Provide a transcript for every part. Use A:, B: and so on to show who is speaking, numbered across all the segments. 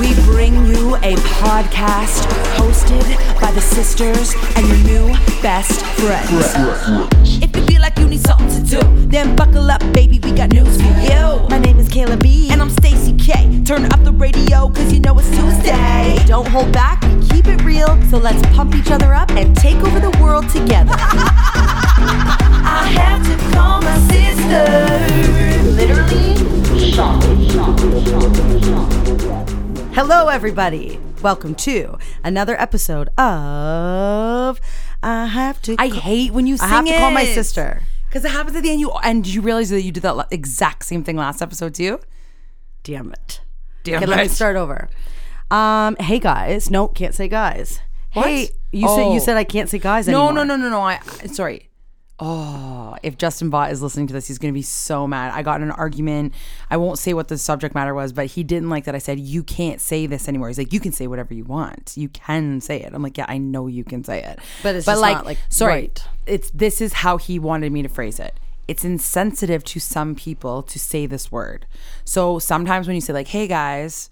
A: we bring you a podcast hosted by the sisters and your new best friends. If you feel like you need something to do, then buckle up, baby, we got news for you.
B: My name is Kayla B.
A: And I'm Stacy K. Turn up the radio, cause you know it's Tuesday.
B: don't hold back, we keep it real. So let's pump each other up and take over the world together.
A: I have to call my sister. Literally,
B: Hello, everybody. Welcome to another episode of I Have to.
A: I hate when you
B: I have
A: sing
B: to call my
A: it.
B: sister.
A: Because it happens at the end, you and you realize that you did that la- exact same thing last episode too.
B: Damn it.
A: Damn
B: okay, Let's
A: it.
B: start over. Um, hey guys. No, can't say guys.
A: What?
B: Hey, you said
A: Oh.
B: you said I can't say guys
A: No,
B: anymore.
A: no, no, no, no. I, I sorry. Oh, if Justin Vaught is listening to this, he's gonna be so mad. I got in an argument. I won't say what the subject matter was, but he didn't like that I said you can't say this anymore. He's like, you can say whatever you want. You can say it. I'm like, yeah, I know you can say it,
B: But it's just not, like,
A: sorry,
B: right.
A: it's this is how he wanted me to phrase it. It's insensitive to some people to say this word. So sometimes when you say like, "Hey guys,"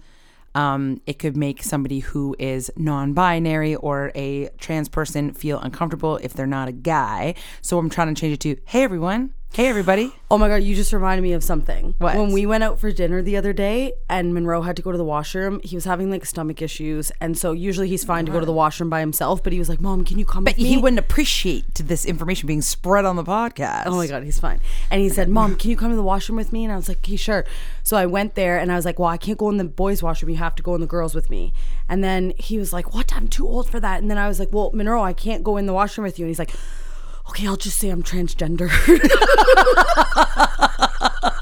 A: um, it could make somebody who is non-binary or a trans person feel uncomfortable if they're not a guy. So I'm trying to change it to, "Hey everyone, hey everybody."
B: Oh my god, you just reminded me of something.
A: What?
B: When we went out for dinner the other day and Monroe had to go to the washroom, he was having like stomach issues, and so usually he's fine to go to the washroom by himself, but he was like, "Mom, can you come
A: But
B: with me?"
A: he wouldn't appreciate this information being spread on the podcast.
B: Oh my god, he's fine. And he said, "Mom, can you come to the washroom with me?" And I was like, "Okay, sure." So I went there, and I was like, "Well, I can't go in the boys' washroom. You have to go in the girls' with me." And then he was like, "What? I'm too old for that." And then I was like, "Well, Monroe, I can't go in the washroom with you." And he's like, "Okay, I'll just say I'm transgender."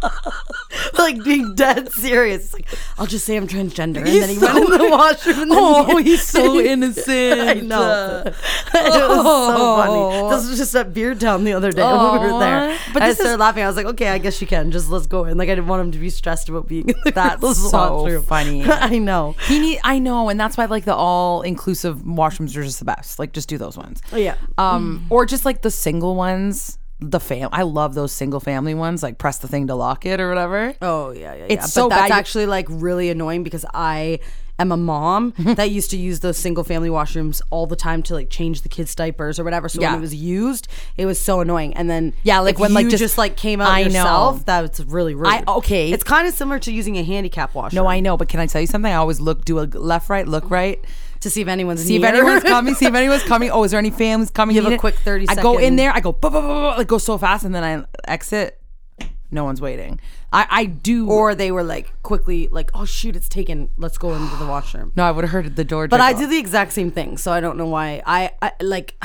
B: like being dead serious. Like, I'll just say I'm transgender. And then he went in the washroom. And then
A: Oh, he's so
B: I
A: innocent.
B: know. And uh, it was so funny. This was just at Beer Town the other day when we were
A: Oh. Aw.
B: there.
A: But
B: But I
A: this is-
B: started laughing. I was like, okay, I guess you can. Just let's go in. Like I didn't want him to be stressed about being in the
A: That's
B: girls'
A: so
B: washroom.
A: funny.
B: I know.
A: He need, I know, and that's why like the all inclusive washrooms are just the best. Like just do those ones.
B: Oh, yeah.
A: Um, or just like the single ones. The fam, I love those single family ones. Like press the thing to lock it or whatever.
B: Oh yeah, yeah, yeah.
A: It's
B: but
A: so bad.
B: that's actually like really annoying because I am a mom that used to use those single family washrooms all the time to like change the kids' diapers or whatever. So
A: Yeah.
B: when it was used, it was so annoying. And then
A: Yeah, like
B: if
A: when, like,
B: you
A: just-
B: just, like came out
A: I
B: yourself,
A: know.
B: that's really rude.
A: I- okay.
B: It's kind of similar to using a handicap washroom.
A: No, I know, but can I tell you something? I always look, do a left, right, look right,
B: to see if anyone's
A: see if
B: near.
A: anyone's coming, see if anyone's coming. Oh, is there any families coming?
B: Give a
A: Need it?
B: quick 30
A: I go in
B: second-
A: there, I go, buh, buh, buh, buh, like go so fast, and then I exit. No one's waiting. I, I do.
B: or they were like quickly like, oh shoot, it's taken. Let's go into the washroom.
A: no, I would have heard the door.
B: But I
A: jiggle.
B: do the exact same thing, so I don't know why. I, I like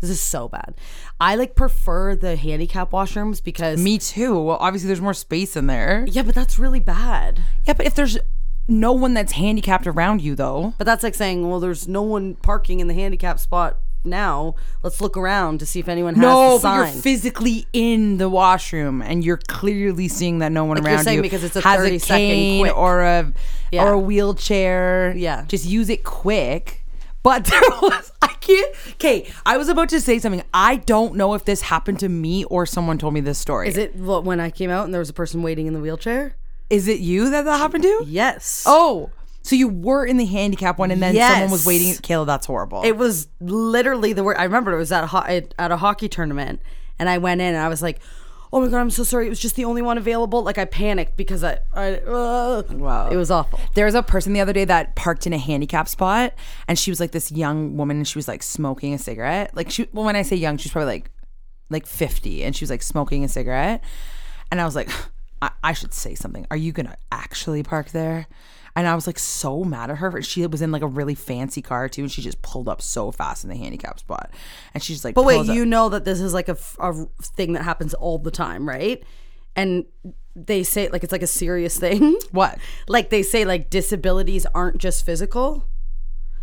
B: this is so bad. I like prefer the handicap washrooms because
A: Me too. Well, obviously there's more space in there.
B: Yeah, but that's really bad.
A: Yeah, but if there's no one that's handicapped around you though,
B: But that's like saying, well, there's no one parking in the handicap spot now. Let's look around to see if anyone has
A: No,
B: the
A: but
B: sign.
A: you're physically in the washroom and you're clearly seeing that no one
B: Like
A: around
B: you're saying
A: you
B: because it's a
A: has
B: 30
A: a
B: second
A: cane
B: quick.
A: or a
B: Yeah.
A: or a wheelchair.
B: Yeah.
A: just use it quick. But there was I can't. Okay, I was about to say something. I don't know if this happened to me or someone told me this story.
B: Is it what, when I came out and there was a person waiting in the wheelchair?
A: Is it you that that happened to?
B: Yes.
A: Oh, so you were in the handicap one, and then someone was
B: Yes.
A: waiting. Kayla, that's horrible.
B: It was literally the word. I remember it was at a, ho- at at a hockey tournament, and I went in and I was like, "Oh my god, I'm so sorry. It was just the only one available." Like I panicked because I, I uh,
A: Wow.
B: it was awful.
A: There was a person the other day that parked in a handicap spot, and she was like this young woman, and she was like smoking a cigarette. Like she, well, when I say young, she's probably like, like fifty, and she was like smoking a cigarette, and I was like, I, I should say something. Are you gonna actually park there? And I was like so mad at her. She was in like a really fancy car too, and she just pulled up so fast in the handicap spot. And she's like,
B: But wait,
A: pulls up-
B: you know that this is like a, f- a thing that happens all the time, right? And they say like it's like a serious thing.
A: what?
B: Like they say like disabilities aren't just physical.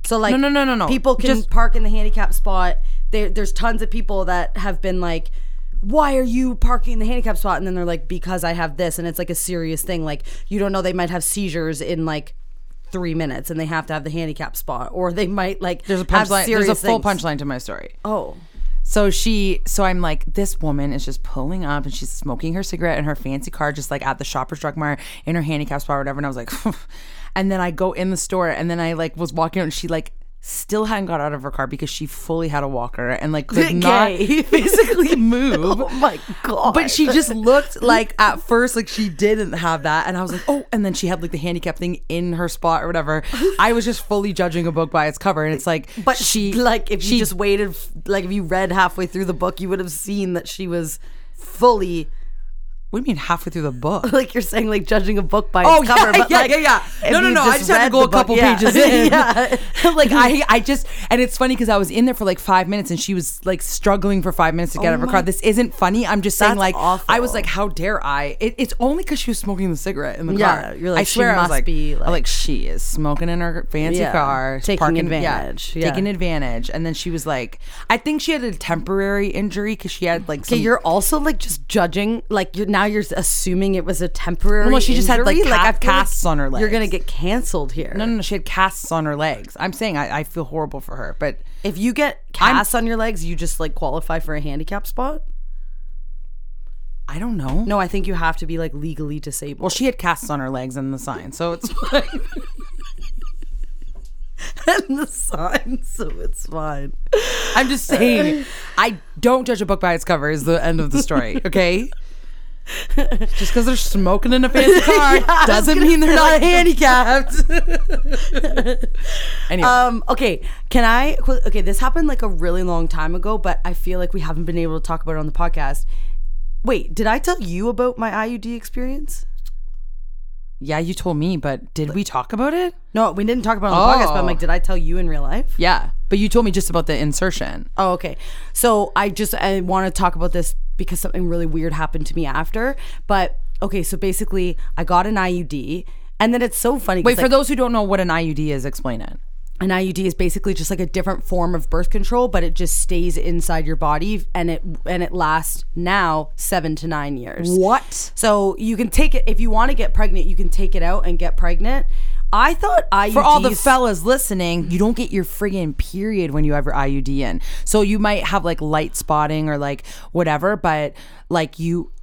B: So like
A: No, no, no, no, no.
B: People can
A: Just-
B: park in the handicap spot. There, there's tons of people that have been like, "Why are you parking in the handicap spot?" And then they're like, "Because I have this," and it's like a serious thing. Like you don't know they might have seizures in like three minutes, and they have to have the handicap spot, or they might like
A: There's a
B: have
A: punchline. There's a
B: serious
A: full
B: things.
A: punchline to my story.
B: Oh,
A: So she, so I'm like, this woman is just pulling up and she's smoking her cigarette in her fancy car, just like at the shopper's drug mart in her handicap spot or whatever. And I was like, and then I go in the store and then I like was walking out and she like still hadn't got out of her car because she fully had a walker and like could not
B: Gay.
A: physically move.
B: Oh my God.
A: But she just looked like at first like she didn't have that, and I was like, oh. And then she had like the handicap thing in her spot or whatever. I was just fully judging a book by its cover, and it's like,
B: But she, like, if you
A: she-
B: just waited, f- like, if you read halfway through the book, you would have seen that she was fully,
A: What do you mean halfway through the book?
B: like, you're saying, like, judging a book by
A: Oh
B: its cover.
A: yeah,
B: but,
A: yeah,
B: like,
A: yeah, yeah.
B: if
A: No, no,
B: you
A: no. I
B: just
A: just had to
B: read the
A: go a
B: book-
A: couple
B: yeah.
A: pages in.
B: yeah.
A: like I, I just, and it's funny because I was in there for like five minutes, and she was like struggling for five minutes to get out of her car. This isn't funny. I'm just saying,
B: Oh That's
A: like, I was
B: awful.
A: like, how dare I? It, it's only because she was smoking the cigarette in the
B: Yeah,
A: car.
B: you're like,
A: I
B: she
A: swear, I was
B: must
A: like,
B: be,
A: I'm
B: like-
A: like, she is smoking in her fancy
B: Yeah,
A: car,
B: taking
A: parking- yeah,
B: advantage, yeah.
A: taking advantage. And then she was like, I think she had a temporary injury because she had like,
B: Okay,
A: some,
B: you're also, like, just judging, like, you're now you're assuming it was a temporary.
A: Well, she just had, like,
B: injury.
A: ca-
B: I feel
A: casts on her
B: You're going
A: legs.
B: to get canceled here.
A: no, no, no, she had casts on her legs. I'm saying I, I feel horrible for her, but
B: If you get
A: I'm-
B: casts on your legs, you just, like, qualify for a handicap spot?
A: I don't know.
B: No, I think you have to be, like, legally disabled.
A: Well, she had casts on her legs and the sign, so it's
B: and the sign, so it's fine.
A: I'm just saying, I don't judge a book by its cover is the end of the story, okay? Just because they're smoking in a fancy car doesn't mean they're not handicapped. anyway,
B: Um, okay, can I? qu- Okay, this happened like a really long time ago, but I feel like we haven't been able to talk about it on the podcast. Wait, did I tell you about my IUD experience?
A: yeah, you told me, but did we talk about it?
B: No, we didn't talk about it on the podcast, but I'm
A: Oh.
B: like, did I tell you in real life?
A: Yeah, but you told me just about the insertion.
B: Oh, okay. So I just I want to talk about this because something really weird happened to me after. But okay, so basically, I got an IUD, and then it's so funny. 'cause,
A: Wait,
B: like,
A: for those who don't know what an IUD is, explain it.
B: an IUD is basically just like a different form of birth control, but it just stays inside your body and it and it lasts now seven to nine years.
A: What?
B: So you can take it if you want to get pregnant, you can take it out and get pregnant. I thought IUDs
A: For all the fellas listening, you don't get your friggin' period when you have your IUD in. So you might have like light spotting or like whatever, but like you.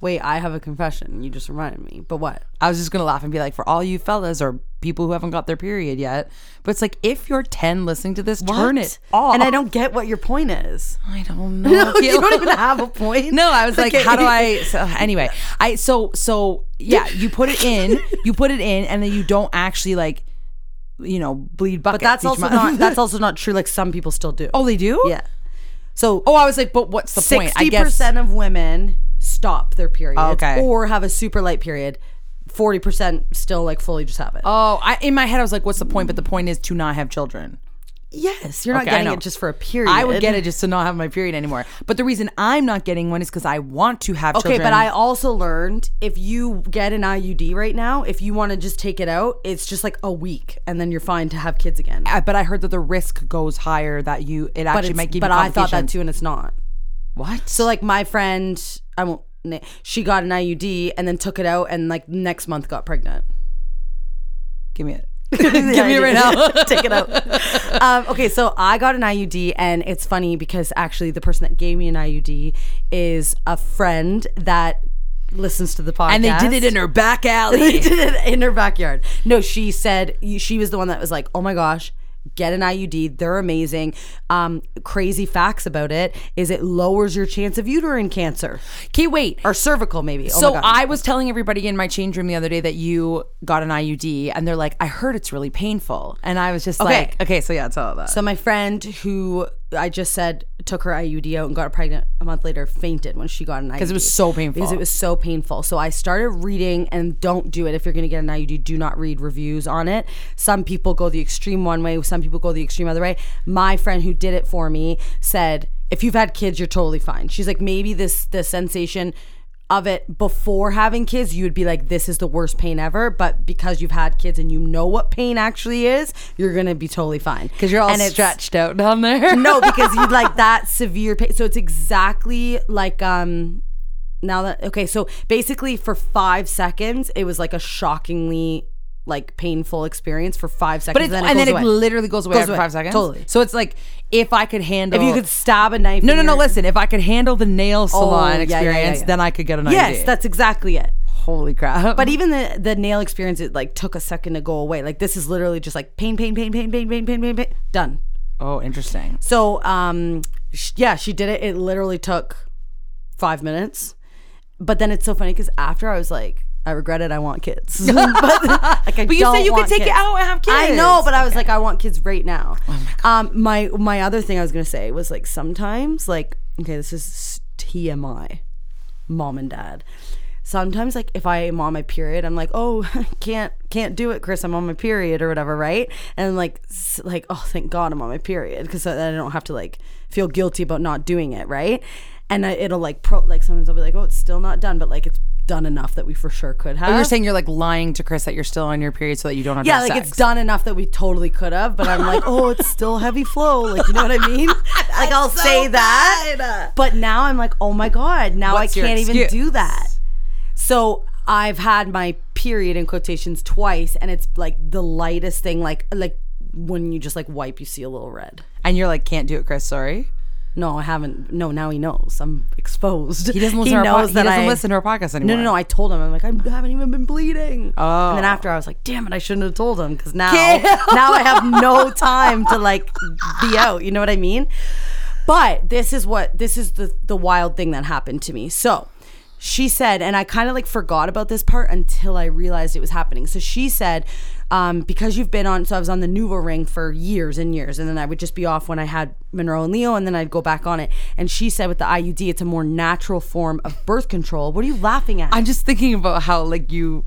B: Wait, I have a confession. You just reminded me. But what?
A: I was just gonna laugh and be like, for all you fellas or people who haven't got their period yet, but it's like if you're ten listening to this, turn
B: What?
A: it off.
B: And I don't get what your point is.
A: I don't know.
B: you don't even have a point.
A: No, I was like,
B: Okay.
A: how do I? So anyway, I so so yeah, you put it in, you put it in, and then you don't actually like, you know, bleed buckets.
B: But that's
A: each
B: also
A: month.
B: not that's also not true. Like some people still do.
A: oh they do.
B: yeah. So
A: Oh, I was like, but what's the point? I
B: Sixty
A: guess. Oh,
B: percent of women stop their periods
A: Okay.
B: or have a super light period. Forty percent still like fully just have it.
A: Oh, I, in my head I was like, what's the point? But the point is to not have children.
B: yes, you're not
A: Okay, I
B: getting
A: know.
B: it just for a period.
A: I would get it just to not have my period anymore. But the reason I'm not getting one is because I want to have
B: Okay,
A: children.
B: but I also learned if you get an IUD right now, if you want to just take it out, it's just like a week, and then you're fine to have kids again.
A: I- but I heard that the risk goes higher that you it
B: But
A: actually
B: it's,
A: might give
B: but
A: you
B: I thought that
A: complications.
B: too, and it's not.
A: What?
B: So like my friend, I won't. na- She got an IUD and then took it out, and like next month got pregnant.
A: give me it. give me it right now.
B: Take it out. Um, okay, so I got an IUD, and it's funny because actually the person that gave me an IUD is a friend that listens to the podcast,
A: And they did it in her back
B: They
A: alley.
B: did it in her backyard. No, she said she was the one that was like, "Oh my gosh." Get an IUD. They're amazing. Um, crazy facts about it is it lowers your chance of uterine cancer
A: okay, wait.
B: or cervical, maybe. oh
A: so
B: my God.
A: I was telling everybody in my change room the other day that you got an IUD, and they're like, "I heard it's really painful," and I was just
B: Okay.
A: like, "Okay, so yeah, tell that."
B: So my friend who I just said took her IUD out and got her pregnant a month later, fainted when she got an IUD. Because
A: it was so painful.
B: Because it was so painful. So I started reading, and don't do it if you're going to get an IUD, do not read reviews on it. Some people go the extreme one way, some people go the extreme other way. My friend who did it for me said, if you've had kids, you're totally fine. She's like, maybe this the sensation of it before having kids, you would be like, this is the worst pain ever. But because you've had kids and you know what pain actually is, you're gonna be totally fine.
C: Because you're all
B: And it's-
C: stretched out down there.
B: no, because you like that severe pain. So it's exactly like um now that okay, so basically for five seconds it was like a shockingly like painful experience for five seconds.
A: But it's,
B: then it
A: and then
B: goes
A: it
B: away.
A: literally goes away
B: Goes
A: after
B: away.
A: five seconds.
B: Totally.
A: So it's like if I could handle
B: if you could stab a knife.
A: No,
B: in
A: no, no.
B: your-
A: Listen, if I could handle the nail salon
B: yeah, yeah, yeah,
A: experience,
B: yeah.
A: then I could get an IUD.
B: Yes, that's exactly it.
A: holy crap.
B: But even the the nail experience, it like took a second to go away. Like this is literally just like pain, pain, pain, pain, pain, pain, pain, pain, pain. Done.
A: oh, interesting.
B: So, um, sh- yeah, she did it. It literally took five minutes. But then it's so funny because after I was like, I regret it. I want kids. but like, I
A: But you said
B: don't
A: you could
B: want
A: take it
B: kids.
A: out and have
B: I
A: kids. Oh
B: know, but I was like, I want kids right now. Um, my my other thing I was gonna say was like sometimes like okay, this is s- TMI, mom and dad. Sometimes like if I am on my period, I'm like, oh, can't can't do it, Chris. I'm on my period or whatever, right? And like s- like oh, thank God I'm on my period because I don't have to like feel guilty about not doing it, right? And I, it'll like pro like sometimes I'll be like, oh, it's still not done, but like it's done enough that we for sure could have.
A: But you're saying you're like lying to Chris that you're still on your period so that you don't have to
B: Yeah,
A: have
B: like
A: sex.
B: it's done enough that we totally could have, but I'm like, oh, it's still heavy flow. Like, you know what I mean? like, I'll say that. But now I'm like, oh my God, now
A: What's
B: I
A: your
B: can't even
A: excuse?
B: do that. So I've had my period in quotations twice, and it's like the lightest thing, like, like when you just like wipe, you see a little red.
A: And you're like, can't do it, Chris. Sorry.
B: No, I haven't. No, now he knows. I'm exposed.
A: He doesn't listen to our po- he doesn't listen to our podcast
B: No, no,
A: anymore.
B: no. I told him. I'm like, I haven't even been bleeding. Oh. And then after, I was like, damn it, I shouldn't have told him because now, now I have no time to like be out. You know what I mean? But this is what this is the the wild thing that happened to me. So she said, and I kind of like forgot about this part until I realized it was happening. So she said, um, because you've been on, so I was on the Nuva ring for years and years, and then I would just be off when I had Monroe and Leo, and then I'd go back on it. And she said, with the IUD, it's a more natural form of birth control. What are you laughing at?
A: I'm just thinking about how like you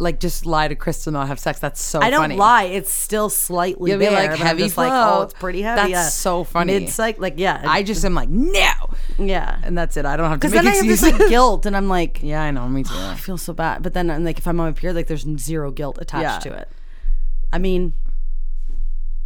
A: like just lie to Chris to not have sex. That's so
B: I don't
A: funny.
B: lie. It's still slightly
A: You'll be
B: there,
A: like,
B: but I'm
A: heavy
B: just like,
A: flow.
B: oh, it's pretty heavy.
A: That's so funny.
B: It's like, like yeah,
A: I just am like, no.
B: yeah.
A: And that's it. I don't have to
B: Because
A: make
B: then I have
A: excuses.
B: this like, guilt, and I'm like,
A: yeah, I know, me too.
B: I feel so bad. But then, I'm like, if I'm on my period, like, there's zero guilt attached
A: Yeah.
B: to it. I mean,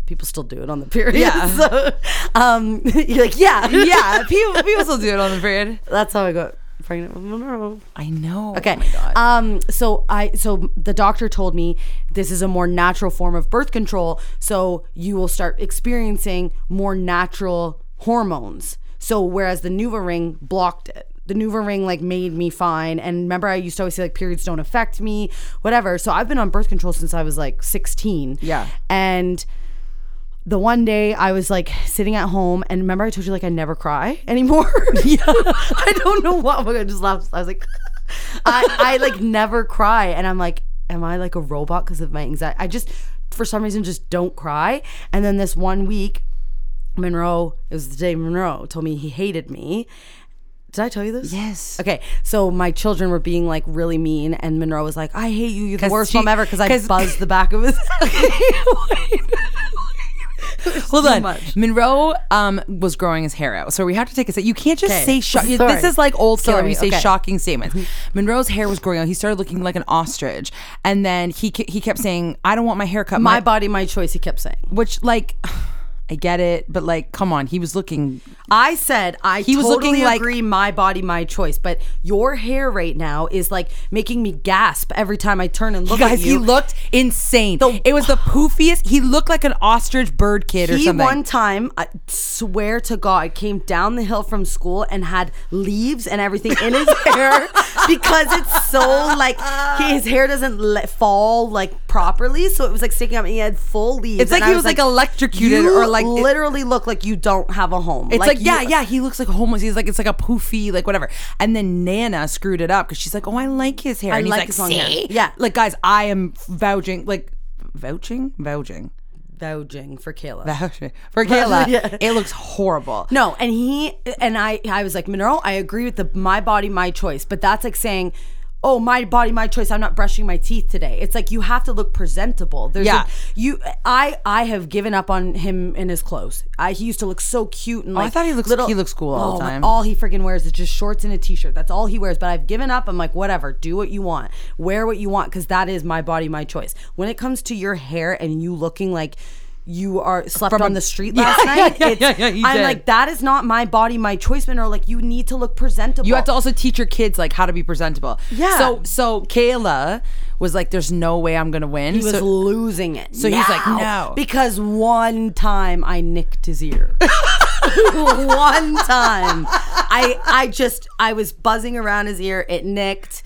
B: people still do it on the period.
A: Yeah.
B: So, um, you're like, yeah,
A: yeah, people people still do it on the period.
B: That's how I got pregnant with Monroe.
A: I know.
B: Okay.
A: Oh my God.
B: Um. So I. So the doctor told me this is a more natural form of birth control. So you will start experiencing more natural hormones. So whereas the Nuva ring blocked it. The Nuva ring like made me fine. And remember, I used to always say like periods don't affect me, whatever. So I've been on birth control since I was like 16.
A: Yeah.
B: And the one day I was like sitting at home, and remember I told you like I never cry anymore. yeah, I don't know what. Oh my God, I just laughed. I was like, I, I like never cry, and I'm like, am I like a robot because of my anxiety? I just for some reason just don't cry. And then this one week, Monroe, it was the day Monroe told me he hated me. Did I tell you this?
A: Yes.
B: Okay. So my children were being like really mean, and Monroe was like, "I hate you. You're the
A: 'Cause
B: worst
A: she-
B: mom ever." Because I
A: 'cause-
B: buzzed the back of his.
A: Hold on.
B: much.
A: Monroe um, was growing his hair out. So we have to take a sec. You can't just
B: Okay.
A: say shock.
B: Sorry.
A: This is like old killer.
B: Sorry.
A: We say
B: Okay.
A: shocking statements. Monroe's hair was growing out. He started looking like an ostrich. And then he ke- he kept saying, I don't want my hair cut.
B: my body, my choice. He kept saying.
A: Which, like, I get it. But, like, come on. He was looking.
B: I said I
A: He was
B: totally
A: looking like-
B: agree my body, my choice. But your hair right now is like making me gasp every time I turn and look
A: Guys,
B: at
A: he
B: you.
A: looked insane.
B: The-
A: it was the poofiest. He looked like an ostrich bird kid or
B: he
A: something.
B: one time, I swear to God, came down the hill from school and had leaves and everything in his hair because it's so like he- his hair doesn't let fall like properly, so it was like sticking up. And he had full leaves.
A: It's like
B: and I
A: he was, like, electrocuted
B: "You
A: or, like, it-
B: literally look like you don't have a home.
A: It's like,
B: you-
A: yeah, yeah, he looks like homeless. He's like, it's like a poofy, like whatever. And then Nana screwed it up because she's like, oh, I like his hair.
B: I
A: and he's
B: like
A: like,
B: his long hair.
A: "See?"
B: Yeah.
A: like guys, I am vouching, like vouching, vouching.
B: vouching for Caleb.
A: for Kayla, it looks horrible.
B: No, and he and I I was like, Monero, I agree with the my body, my choice. But that's like saying, Oh, my body, my choice. I'm not brushing my teeth today. It's like you have to look presentable. There's
A: Yeah.
B: like, you I I have given up on him in his clothes. I he used to look so cute and
A: Oh, I
B: like
A: thought he looks- he looks cool all the
B: my-
A: time.
B: All he freaking wears is just shorts and a t-shirt. That's all he wears. But I've given up. I'm like, whatever, do what you want. Wear what you want, because that is my body, my choice. When it comes to your hair and you looking like you are slept
A: From a-
B: on the street
A: Yeah,
B: last
A: yeah,
B: night.
A: yeah,
B: it's-
A: yeah, yeah, you
B: I'm
A: did.
B: like, that is not my body, my choice, Monroe. Like, you need to look presentable.
A: You have to also teach your kids like how to be presentable.
B: Yeah.
A: So so Kayla was like, "There's no way I'm gonna win."
B: He was
A: so,
B: losing it.
A: so he's like,
B: now,
A: no.
B: because one time I nicked his ear. one time, I I just I was buzzing around his ear. It nicked.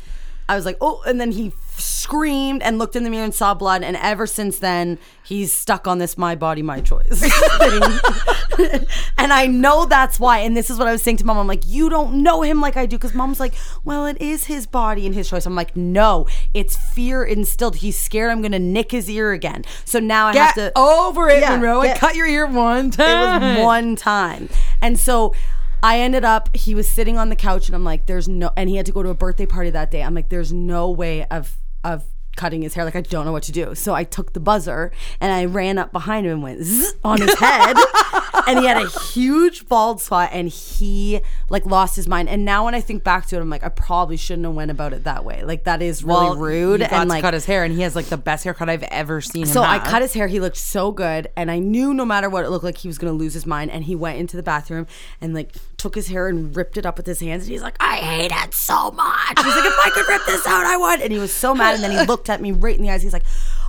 B: I was like, oh, and then he screamed and looked in the mirror and saw blood. And ever since then, he's stuck on this my body, my choice. thing. and I know that's why. And this is what I was saying to mom. I'm like, you don't know him like I do. Because mom's like, well, it is his body and his choice. I'm like, no, it's fear instilled. He's scared I'm going to nick his ear again. So now I
A: get
B: have to.
A: over it,
B: Yeah,
A: Monroe. I
B: get-
A: cut your ear one
B: it
A: time.
B: was one time. And so I ended up, he was sitting on the couch and I'm like, there's no, and he had to go to a birthday party that day. I'm like, there's no way of, of, Cutting his hair, like I don't know what to do. So I took the buzzer and I ran up behind him and went zzz on his head, and he had a huge bald spot, and he like lost his mind. And now when I think back to it, I'm like, I probably shouldn't have went about it that way. Like that is really
A: Well,
B: rude.
A: He got
B: and
A: to
B: like
A: cut his hair, and he has like the best haircut I've ever seen. Him
B: so I
A: have.
B: cut his hair. He looked so good, and I knew no matter what it looked like, he was gonna lose his mind. And he went into the bathroom and like took his hair and ripped it up with his hands. And he's like, "I hate it so much." He's like, "If I could rip this out, I would." And he was so mad. And then he looked at me right in the eyes. He's like,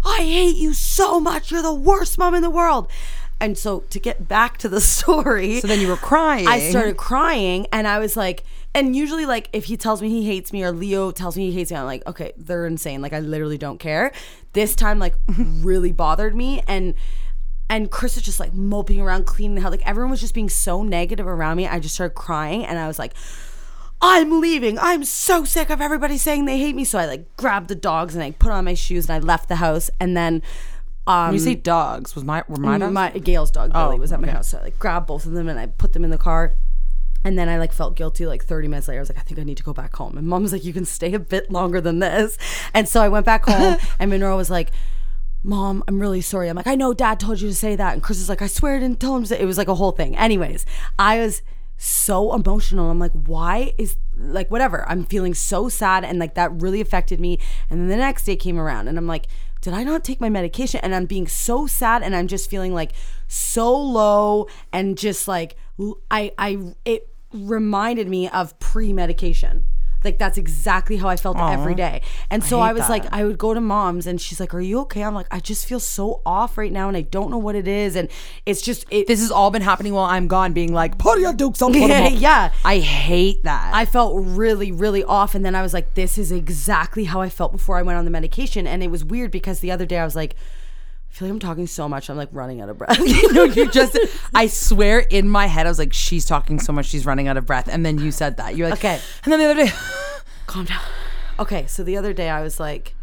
B: "I hate you so much. You're the worst mom in the world." And so to get back to the story,
A: So then you were crying.
B: I started crying and I was like, and usually like if he tells me he hates me or Leo tells me he hates me, I'm like, okay, they're insane. Like I literally don't care. This time like really bothered me and and Chris was just like moping around cleaning the house. Like everyone was just being so negative around me. I just started crying and I was like, I'm leaving. I'm so sick of everybody saying they hate me. So I like grabbed the dogs and I put on my shoes and I left the house and then um
A: You say dogs was my were my dogs.
B: Mm, my Gail's dog Billy was at my
A: okay.
B: house. So I like grabbed both of them and I put them in the car. And then I like felt guilty like 30 minutes later. I was like, I think I need to go back home. And mom was like, you can stay a bit longer than this. And so I went back home and Monroe was like, Mom, I'm really sorry. I'm like, I know dad told you to say that. And Chris is like, I swear I didn't tell him to say it was like a whole thing. Anyways, I was so emotional. I'm like, why is like whatever? I'm feeling so sad and like that really affected me. And then the next day came around and I'm like, did I not take my medication? And I'm being so sad and I'm just feeling like so low and just like l- I I it reminded me of pre-medication. Like that's exactly how I felt every day. And so I, was like I would go to mom's and she's like, "Are you okay?" I'm like, "I just feel so off right now and I don't know what it is." And it's just it
A: this has all been happening while I'm gone, being like, "Party on Duke's on
B: Yeah, yeah.
A: I hate that.
B: I felt really, really off. And then I was like, this is exactly how I felt before I went on the medication. And it was weird because the other day I was like, I feel like I'm talking so much. I'm like running out of breath.
A: you know, you just, I swear in my head, I was like, she's talking so much, she's running out of breath. And then you said that. You're like,
B: Okay.
A: And then the other day,
B: Calm down. Okay. So the other day I was like,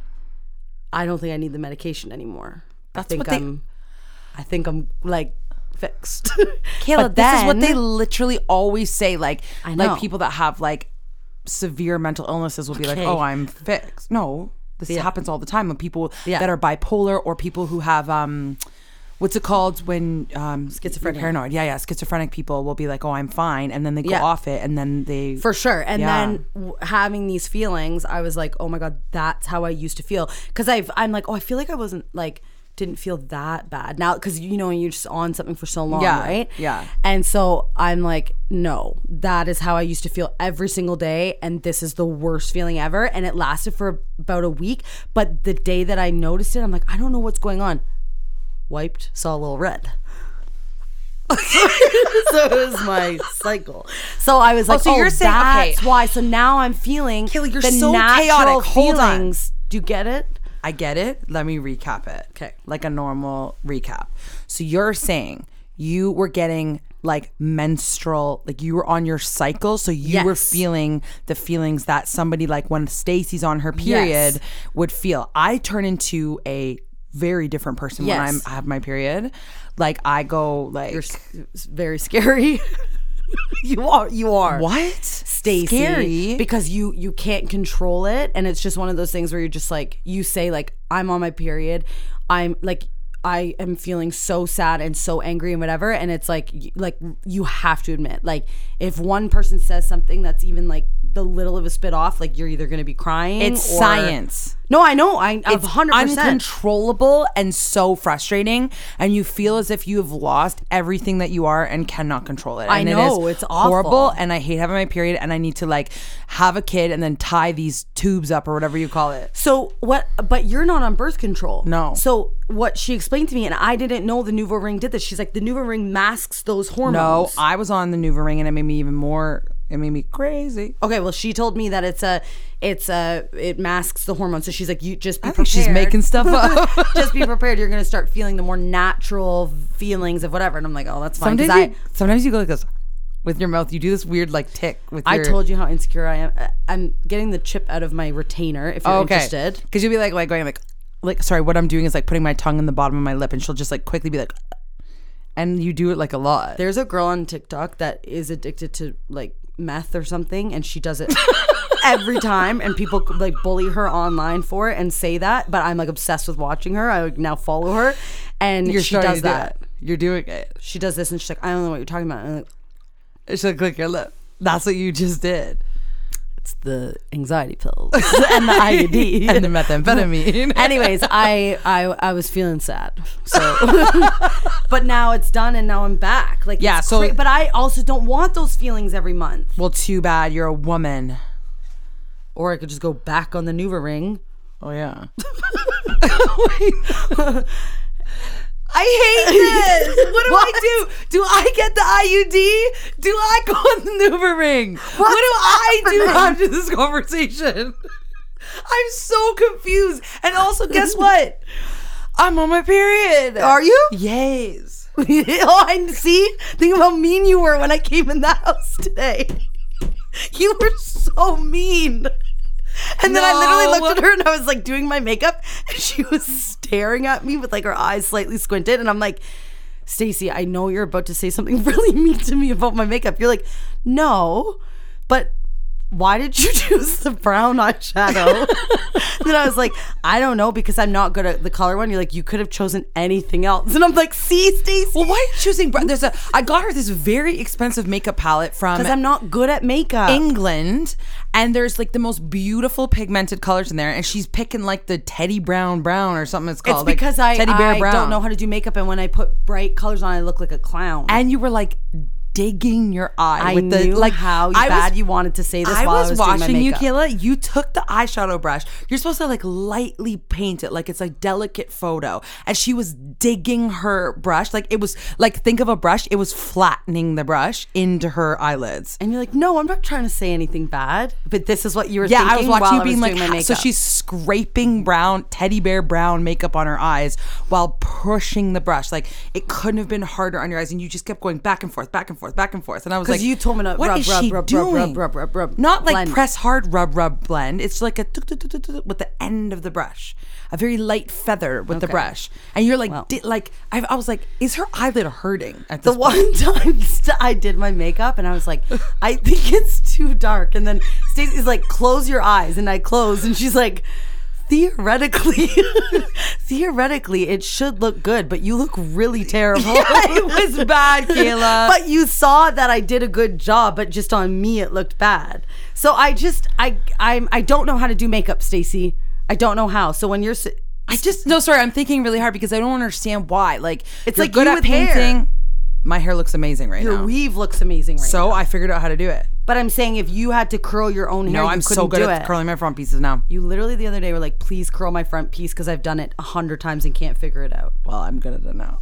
B: I don't think I need the medication anymore. I
A: That's
B: think
A: what they-
B: I'm, I think I'm like fixed.
A: Kayla,
B: But
A: this is what they
B: then-
A: literally always say. Like,
B: I know.
A: like people that have like severe mental illnesses will be like,
B: Okay.
A: oh, I'm fixed. No, this
B: Yeah.
A: happens all the time with people
B: Yeah.
A: that are bipolar or people who have, um, what's it called when um, schizophrenic, paranoid? Yeah, yeah. Schizophrenic people will be like, oh, I'm fine. And then they go
B: Yeah.
A: off it and then they.
B: For sure. And
A: Yeah.
B: then w- having these feelings, I was like, oh my God, that's how I used to feel. Cause I've, I'm like, oh, I feel like I wasn't like, didn't feel that bad now. Cause you know, you're just on something for so long,
A: Yeah,
B: right?
A: yeah.
B: And so I'm like, no, that is how I used to feel every single day. And this is the worst feeling ever. And it lasted for about a week. But the day that I noticed it, I'm like, I don't know what's going on. Wiped, saw a little red. so it was my cycle. So I was like,
A: so
B: oh,
A: you're saying- okay.
B: that's why. So now I'm feeling
A: Kayla, you're
B: the
A: so
B: natural
A: chaotic. Hold on.
B: feelings. Do you get it?
A: I get it. Let me recap it.
B: Okay.
A: Like a normal recap. So you're saying you were getting like menstrual, like you were on your cycle. So you were
B: Yes.
A: feeling the feelings that somebody like when Stacy's on her period
B: Yes.
A: would feel. I turn into a very different person when I'm
B: Yes.
A: I have my period. Like I go like
B: You're s- s- very scary. you are. You are.
A: what?
B: Stacey,
A: Scary.
B: because you you can't control it and it's just one of those things where you're just like you say like I'm on my period I'm like I am feeling so sad and so angry and whatever and it's like y- like you have to admit like if one person says something that's even like the little of a spit off like you're either going to be crying
A: It's
B: or-
A: science.
B: No, I know. I I've
A: it's
B: 100%
A: uncontrollable and so frustrating and you feel as if you have lost everything that you are and cannot control it
B: I
A: And it
B: know,
A: is
B: it's awful.
A: horrible and i hate having my period and i need to like have a kid and then tie these tubes up or whatever you call it
B: So what? But you're not on birth control.
A: No.
B: So what she explained to me, and I didn't know the Nuvo ring did this. She's like, the Nuvo ring masks those
A: no
B: hormones.
A: i was on the nuva ring and it made me even more it made me crazy
B: Okay. Well, she told me that it's a, it's a, it masks the hormones. So she's like, you just be
A: think
B: prepared.
A: she's making stuff up.
B: just be prepared. You're gonna start feeling the more natural feelings of whatever. And I'm like, oh, that's fine.
A: sometimes,
B: Because
A: you,
B: I,
A: sometimes you go like this with your mouth you do this weird like tick with
B: I
A: your
B: told you how insecure I am. Uh, I'm getting the chip out of my retainer. If you're interested.
A: Because you'll be like, like going like, like sorry, what I'm doing is like putting my tongue in the bottom of my lip, and she'll just like quickly be like, and you do it like a lot.
B: There's a girl on TikTok that is addicted to like meth or something, and she does it every time. And people like bully her online for it and say that. But I'm like obsessed with watching her. I like, now follow her, and
A: You're
B: she
A: starting
B: does
A: to do
B: that.
A: it. You're doing it.
B: She does this, and she's like, I don't know what you're talking about. And I'm like,
A: She'll click your lip. That's what you just did.
B: it's the anxiety pills and the IUD
A: And the methamphetamine.
B: Anyways, I, I I was feeling sad. So but now it's done and now I'm back. Like
A: Yeah,
B: it's
A: so-
B: but I also don't want those feelings every month.
A: well, too bad you're a woman.
B: or I could just go back on the Nuva ring.
A: Oh yeah. I hate this. What do I do? Do I get the IUD? Do I go on the Nuva ring? what do I do after this conversation? I'm so confused. And also, guess what? I'm on my period.
B: Are you?
A: Yes.
B: oh, I see. Think of how mean you were when I came in the house today. you were so mean. And then I literally
A: No.
B: looked at her and I was like doing my makeup and she was staring at me with like her eyes slightly squinted and I'm like Stacey, I know you're about to say something really mean to me about my makeup. You're like, "No, but why did you choose the brown eyeshadow? and then I was like, I don't know because I'm not good at the color one. You're like, you could have chosen anything else. And I'm like, see, Stacey.
A: Well, why are you choosing? br- There's a. I got her this very expensive makeup palette from
B: because I'm not good at makeup.
A: England, and there's like the most beautiful pigmented colors in there, and she's picking like the teddy brown brown or something it's
B: it's
A: called. like,
B: because I,
A: teddy bear
B: I
A: brown.
B: don't know how to do makeup, and when I put bright colors on, I look like a clown.
A: and you were like digging your eye
B: I
A: with the
B: knew
A: like
B: how
A: I
B: bad
A: was,
B: you wanted to say this
A: I
B: while
A: was,
B: I was doing my
A: watching you,
B: makeup.
A: Kayla. You took the eyeshadow brush. You're supposed to like lightly paint it, like it's a delicate photo. And she was digging her brush, like it was like think of a brush. It was flattening the brush into her eyelids.
B: And you're like, no, I'm not trying to say anything bad, but this is what you were
A: Yeah,
B: thinking.
A: I was watching
B: while
A: you being
B: I was doing my
A: like,
B: makeup.
A: so she's scraping brown, teddy bear brown makeup on her eyes while pushing the brush. Like it couldn't have been harder on your eyes, and you just kept going back and forth, back and forth, back and forth. And I was like,
B: Because you told me to
A: what
B: rub,
A: is
B: rub,
A: she
B: rub, rub,
A: doing?
B: rub, rub, rub, rub,
A: Not like
B: blend.
A: press hard, rub, rub, blend. It's like a tuk, tuk, tuk, tuk, tuk, with the end of the brush, a very light feather with the brush, and you're like, di- like I, I was like, is her eyelid hurting at
B: the
A: this point?
B: one time st- I did my makeup and I was like, I think it's too dark. And then Stacey's like, close your eyes. And I close and she's like, theoretically, theoretically, it should look good, but you look really terrible.
A: it was bad, Kayla.
B: But you saw that I did a good job, but just on me it looked bad. So I just I I'm I don't know how to do makeup, Stacey. I don't know how. So when you're s-
A: I just no, sorry. I'm thinking really hard because I don't understand why. Like
B: It's
A: you're
B: like you with hair.
A: My hair looks amazing right
B: your
A: now.
B: weave looks amazing right
A: so
B: now.
A: I figured out how to do it.
B: But I'm saying if you had to curl your own hair,
A: No,
B: you
A: I'm
B: couldn't
A: so good
B: do
A: at
B: it.
A: curling my front pieces now.
B: You literally the other day were like, please curl my front piece because I've done it a hundred times and can't figure it out.
A: Well, I'm good at it now.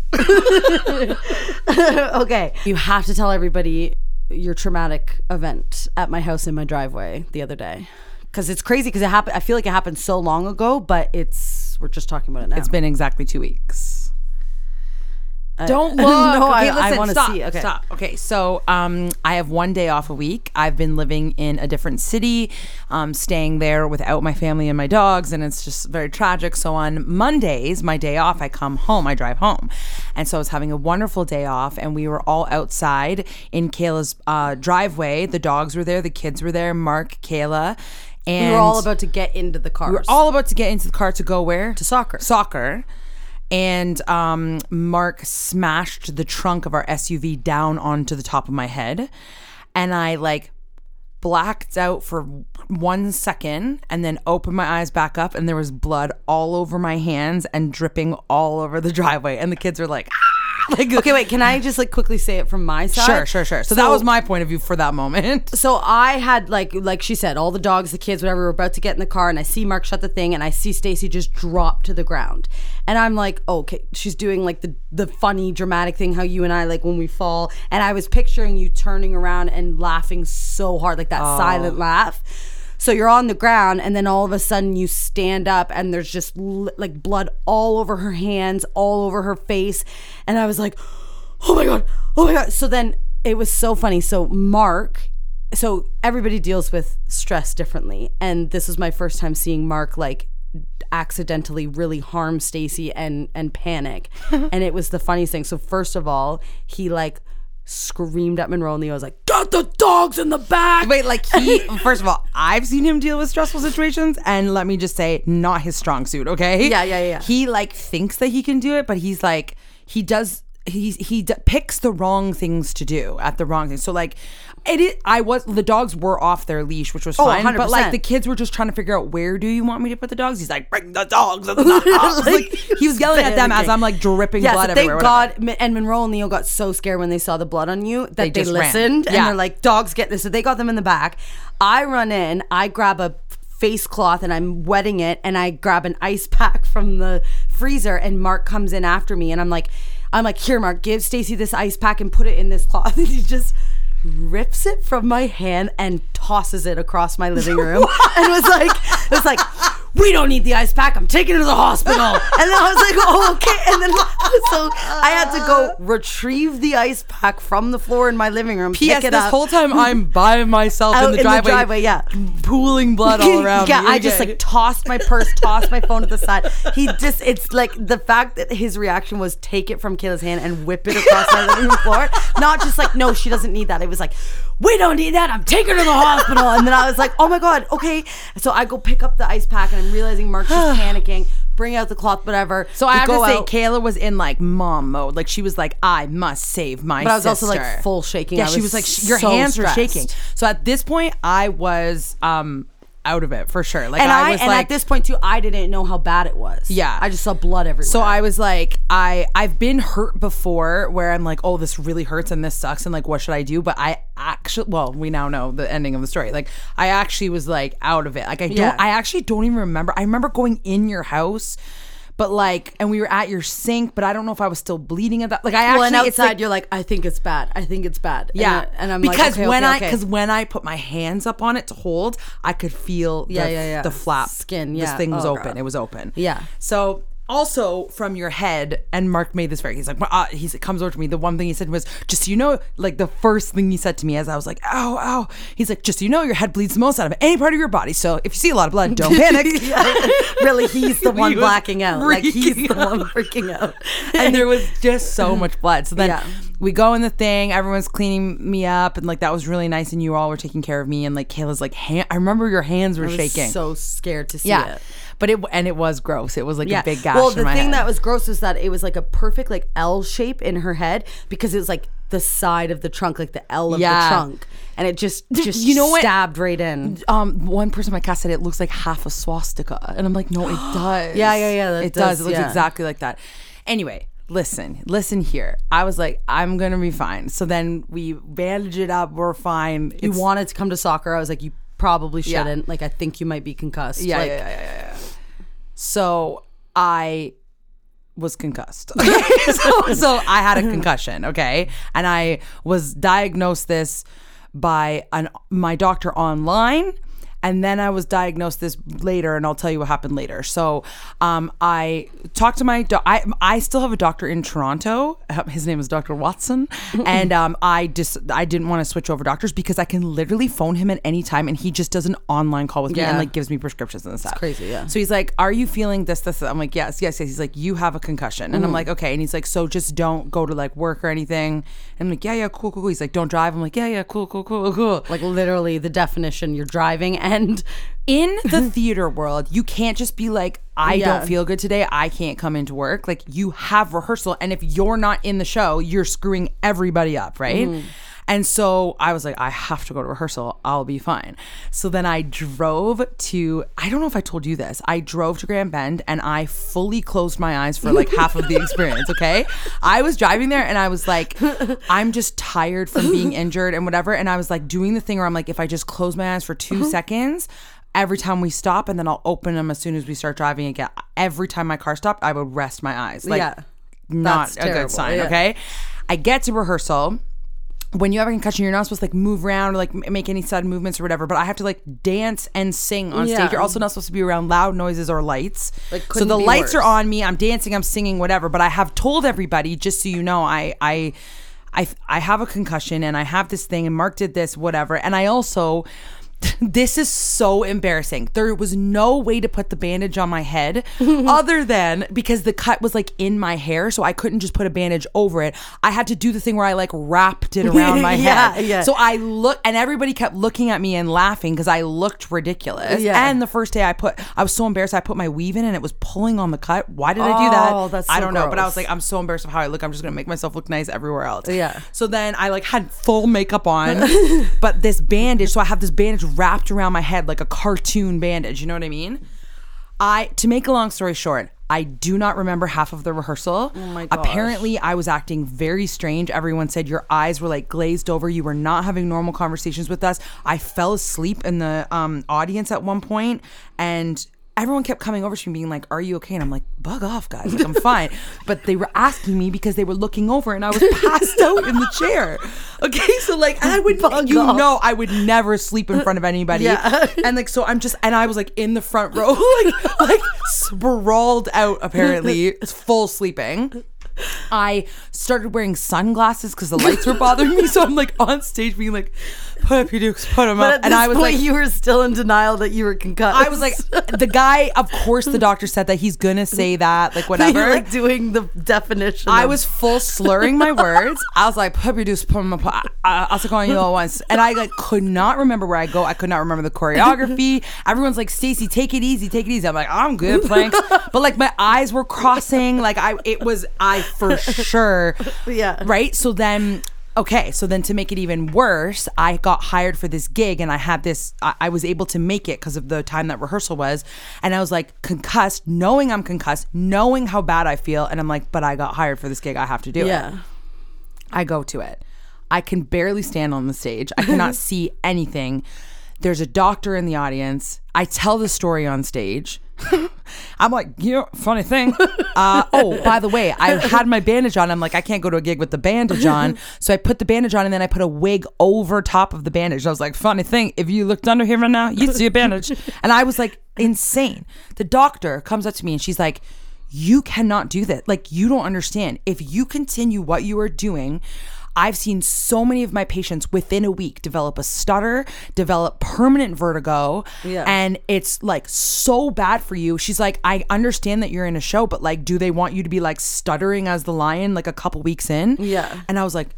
B: Okay. You have to tell everybody your traumatic event at my house in my driveway the other day. Because it's crazy because it happened. I feel like it happened so long ago, but it's, we're just talking about it now.
A: It's been exactly two weeks.
B: Don't
A: look.
B: Uh, no,
A: okay,
B: I,
A: listen,
B: I want to
A: stop,
B: see. Okay.
A: Stop. Okay. So um, I have one day off a week. I've been living in a different city, um, staying there without my family and my dogs, and it's just very tragic. So on Mondays, my day off, I come home. I drive home, and so I was having a wonderful day off, and we were all outside in Kayla's uh, driveway. The dogs were there. The kids were there. Mark, Kayla. And
B: We were all about to get into the cars.
A: we're all about to get into the car to go where? To
B: soccer.
A: Soccer. And um, Mark smashed the trunk of our SUV down onto the top of my head. And I like blacked out for one second and then opened my eyes back up and there was blood all over my hands and dripping all over the driveway. And the kids were like, ah! like
B: okay, wait. Can I just like quickly say it from my side?
A: Sure, sure, sure. So, that was my point of view for that moment.
B: So I had like like she said, all the dogs, the kids, whatever, were about to get in the car, and I see Mark shut the thing, and I see Stacy just drop to the ground, and I'm like, okay, she's doing like the the funny dramatic thing, how you and I like when we fall, and I was picturing you turning around and laughing so hard, like that silent laugh. So you're on the ground, and then all of a sudden you stand up, and there's just li- like blood all over her hands, all over her face, and I was like, oh my god, oh my god. So then it was so funny. So Mark so everybody deals with stress differently and this was my first time seeing mark like accidentally really harm stacy and and panic and it was the funniest thing so first of all he like screamed at monroe and he was like get the dogs in the back
A: Wait, like he first of all, I've seen him deal with stressful situations and let me just say not his strong suit, okay?
B: Yeah, yeah, yeah.
A: He like thinks that he can do it, but he's like he does he he d- picks the wrong things to do at the wrong things. So like it is, I was the dogs were off their leash, which was
B: Oh,
A: fine, but like
B: 100%.
A: the kids were just trying to figure out where do you want me to put the dogs? He's like bring the dogs. in the house." like, he was yelling at them as I'm like dripping
B: yeah,
A: blood
B: so thank
A: everywhere. whatever.
B: God. Mi- And Monroe and Neil got so scared when they saw the blood on you that they,
A: just ran.
B: listened and
A: Yeah.
B: they're like, "Dogs get this." So they got them in the back. I run in. I grab a face cloth and I'm wetting it, and I grab an ice pack from the freezer. And Mark comes in after me, and I'm like, "I'm like, here, Mark, give Stacy this ice pack and put it in this cloth." And he just rips it from my hand and tosses it across my living room, and was like, "Was like." We don't need the ice pack. I'm taking it to the hospital. And then I was like, oh, okay. And then so I had to go retrieve the ice pack from the floor in my living room.
A: P.S.
B: pick it
A: This
B: up.
A: whole time I'm by myself
B: Out
A: in, the, driveway,
B: yeah.
A: pooling blood all around.
B: yeah,
A: me.
B: I just
A: Okay.
B: like tossed my purse, tossed my phone to the side. He just, it's like the fact that his reaction was take it from Kayla's hand and whip it across my living room floor. Not just like, no, she doesn't need that. It was like, we don't need that. I'm taking her to the hospital. And then I was like, oh my God, okay. So I go pick up the ice pack and I'm realizing Mark's just panicking. Bring out the cloth, whatever.
A: So I
B: We
A: have to
B: go
A: say,
B: out.
A: Kayla was in like mom mode. Like she was like, I must save my.
B: But I was also,
A: sister."
B: like, full shaking.
A: Yeah,
B: I
A: she
B: was
A: was like, sh- your
B: so
A: hands
B: stressed.
A: were shaking. So at this point, I was um out of it for sure. Like
B: and I,
A: was
B: and
A: like
B: at this point too, I didn't know how bad it was.
A: Yeah.
B: I just saw blood everywhere.
A: So I was like, I I've been hurt before, where I'm like, oh, this really hurts and this sucks, and like, what should I do? But I actually, well, we now know the ending of the story. Like, I actually was like out of it. Like, I don't,
B: Yeah.
A: I actually don't even remember. I remember going in your house. But like, and we were at your sink, but I don't know if I was still bleeding at that. Like, I actually,
B: well, and
A: it's
B: outside
A: like,
B: you're like, I think it's bad. I think it's bad. And
A: Yeah,
B: I- and, I'm
A: because
B: like, okay,
A: when
B: okay,
A: I
B: okay.
A: because when I put my hands up on it to hold, I could feel the,
B: Yeah, yeah, yeah.
A: the flap
B: Skin,
A: This
B: yeah.
A: thing was
B: Oh,
A: open.
B: God.
A: It was open.
B: Yeah.
A: So also from your head, and Mark made this very. He's like, uh, he comes over to me. The one thing he said was, just so you know, like the first thing he said to me as I was like, ow, ow. He's like, just so you know, your head bleeds the most out of any part of your body. So if you see a lot of blood, don't panic.
B: really he's the one
A: He was
B: blacking out. Like he's
A: freaking
B: the one freaking out.
A: and there was just so much blood. So then
B: Yeah.
A: we go in the thing, everyone's cleaning me up, and like that was really nice. And you all were taking care of me, and like Kayla's like, hand- I remember your hands were
B: I was
A: shaking.
B: So scared to see
A: yeah,
B: it.
A: but it and it was gross. It was like a big gash.
B: Well,
A: in
B: the
A: my
B: thing
A: head.
B: that was gross was that it was like a perfect like L shape in her head because it was like the side of the trunk, like the L of
A: Yeah.
B: the trunk, and it just just
A: you know what?
B: stabbed right in.
A: um one person in my class said it looks like half a swastika, and I'm like, no, it does.
B: Yeah, yeah, yeah, that
A: It does.
B: does,
A: It looks
B: yeah.
A: exactly like that. Anyway. Listen, listen here. I was like, I'm gonna be fine. So then we bandage it up. We're fine.
B: You
A: It's-
B: wanted to come to soccer. I was like, you probably
A: Yeah.
B: shouldn't. Like, I think you might be concussed.
A: yeah,
B: like,
A: yeah, yeah, yeah, yeah, yeah. So I was concussed. so, so I had a concussion, okay? And I was diagnosed this by an my doctor online And then I was diagnosed this later, and I'll tell you what happened later. So um, I talked to my doc. I, I still have a doctor in Toronto. Uh, His name is Dr. Watson, and um, I just I didn't want to switch over doctors because I can literally phone him at any time, and he just does an online call with me and
B: Yeah.
A: like gives me prescriptions and stuff.
B: crazy, yeah.
A: So he's like, "Are you feeling this, this?" this?" I'm like, "Yes, yes, yes." He's like, "You have a concussion," and I'm like, "Okay." And he's like, "So just don't go to like work or anything." And I'm like, "Yeah, yeah, cool, cool, cool." He's like, "Don't drive." I'm like, "Yeah, yeah, cool, cool, cool, cool."
B: Like literally the definition you're driving and
A: in the theater world, you can't just be like, I
B: Yeah.
A: don't feel good today. I can't come into work. Like, you have rehearsal. And if you're not in the show, you're screwing everybody up, right? And so I was like, I have to go to rehearsal. I'll be fine. So then I drove to, I don't know if I told you this. I drove to Grand Bend and I fully closed my eyes for like half of the experience, okay? I was driving there and I was like, I'm just tired from being injured and whatever. And I was like doing the thing where I'm like, if I just close my eyes for 2 seconds, every time we stop and then I'll open them as soon as we start driving again. Every time my car stopped, I would rest my eyes. Like
B: Yeah.
A: not
B: That's
A: a good
B: terrible,
A: sign,
B: yeah.
A: okay? I get to rehearsal. When you have a concussion, you're not supposed to like move around or like m- make any sudden movements or whatever, but I have to like dance and sing on
B: Yeah.
A: stage. You're also not supposed to be around loud noises or lights.
B: Like,
A: so
B: couldn't
A: the
B: be
A: lights are
B: worse.
A: on on me. I'm dancing, I'm singing, whatever. But I have told everybody, just so you know, I, I, I, I have a concussion and I have this thing, and Mark did this, whatever. And I also, this is so embarrassing. There was no way to put the bandage on my head other than because the cut was like in my hair, so I couldn't just put a bandage over it. I had to do the thing where I like wrapped it around my
B: Yeah,
A: head.
B: yeah.
A: So I look, and everybody kept looking at me and laughing because I looked ridiculous.
B: Yeah.
A: And the first day I put, I was so embarrassed. I put my weave in and it was pulling on the cut. Why did did I do that?
B: Oh, that's
A: I
B: so
A: don't know. But I was
B: gross.
A: like, I'm so embarrassed of how I look. I'm just gonna make myself look nice everywhere else.
B: Yeah.
A: So then I like had full makeup on, but this bandage. So I have this bandage wrapped around my head like a cartoon bandage. You know what I mean? I to make a long story short. I do not remember half of the rehearsal. Oh
B: my gosh.
A: Apparently, I was acting very strange. Everyone said your eyes were like glazed over. You were not having normal conversations with us. I fell asleep in the um, audience at one point, and everyone kept coming over to me being like, "Are you okay?" And I'm like, "Bug off, guys! Like I'm fine." but they were asking me because they were looking over, and I was passed out in the chair. Okay, so like I would,
B: Bug
A: you
B: off.
A: know, I would never sleep in front of anybody.
B: Yeah.
A: and like so, I'm just, and I was like in the front row, like like sprawled out, apparently full sleeping. I started wearing sunglasses because the lights were bothering me. So I'm like on stage being like, put up your dukes, put them
B: but
A: up.
B: at
A: And
B: this
A: I was
B: point
A: like,
B: you were still in denial that you were concussed.
A: I was like, the guy, of course, the doctor said that he's going to say that, like
B: But
A: whatever.
B: you're like doing the definition.
A: I
B: of-
A: was full slurring my words. I was like, "Put your deuce, put 'em up, I- I- I'll take on you all once," and I like could not remember where I go. I could not remember the choreography. Everyone's like, "Stacey, take it easy, take it easy." I'm like, "I'm good, planks," but like my eyes were crossing. Like I, it was I for sure.
B: Yeah.
A: Right. So then. Okay, so then to make it even worse, I got hired for this gig and I had this, I, I was able to make it because of the time that rehearsal was. And I was like concussed, knowing I'm concussed, knowing how bad I feel. And I'm like, but I got hired for this gig. I have to do it.
B: yeah.
A: I go to it. I can barely stand on the stage. I cannot see anything. There's a doctor in the audience. I tell the story on stage. I'm like, you know, funny thing. Uh, oh, by the way, I had my bandage on. I'm like, I can't go to a gig with the bandage on. So I put the bandage on and then I put a wig over top of the bandage. I was like, funny thing, if you looked under here right now, you'd see a bandage. And I was like, insane. The doctor comes up to me and she's like, you cannot do that. Like, you don't understand. If you continue what you are doing, I've seen so many of my patients within a week develop a stutter, develop permanent vertigo,
B: Yeah.
A: and it's like so bad for you. She's like, I understand that you're in a show, but like, do they want you to be like stuttering as the lion like a couple weeks in?
B: Yeah.
A: And I was like,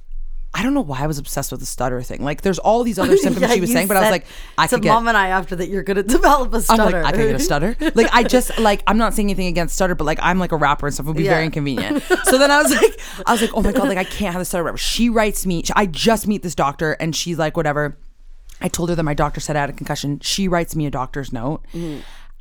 A: I don't know why I was obsessed with the stutter thing. Like, there's all these other symptoms she was
B: you
A: saying, but I was
B: said
A: like, I
B: to
A: could get.
B: mom and I after that you're gonna develop a
A: I'm
B: stutter.
A: like, I could get a stutter. Like, I just like, I'm not saying anything against stutter, but like, I'm like a rapper and stuff. It would be very
B: Yeah.
A: inconvenient. So then I was like, I was like, oh my god, like I can't have the stutter. Rapper. She writes me. I just meet this doctor, and she's like, whatever. I told her that my doctor said I had a concussion. She writes me a doctor's note.
B: Mm-hmm.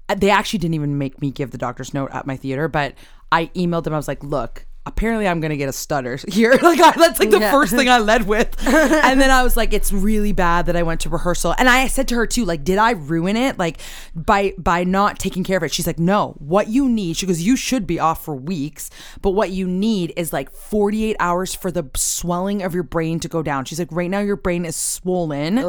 A: Uh, They actually didn't even make me give the doctor's note at my theater, but I emailed them. I was like, look. apparently I'm gonna get a stutter here. like I, that's like the
B: Yeah.
A: first thing I led with, and then I was like, it's really bad that I went to rehearsal. And I said to her too, like, did I ruin it? Like by by not taking care of it. She's like, no. What you need, she goes, you should be off for weeks, but what you need is like 48 hours for the swelling of your brain to go down. She's like, right now your brain is swollen,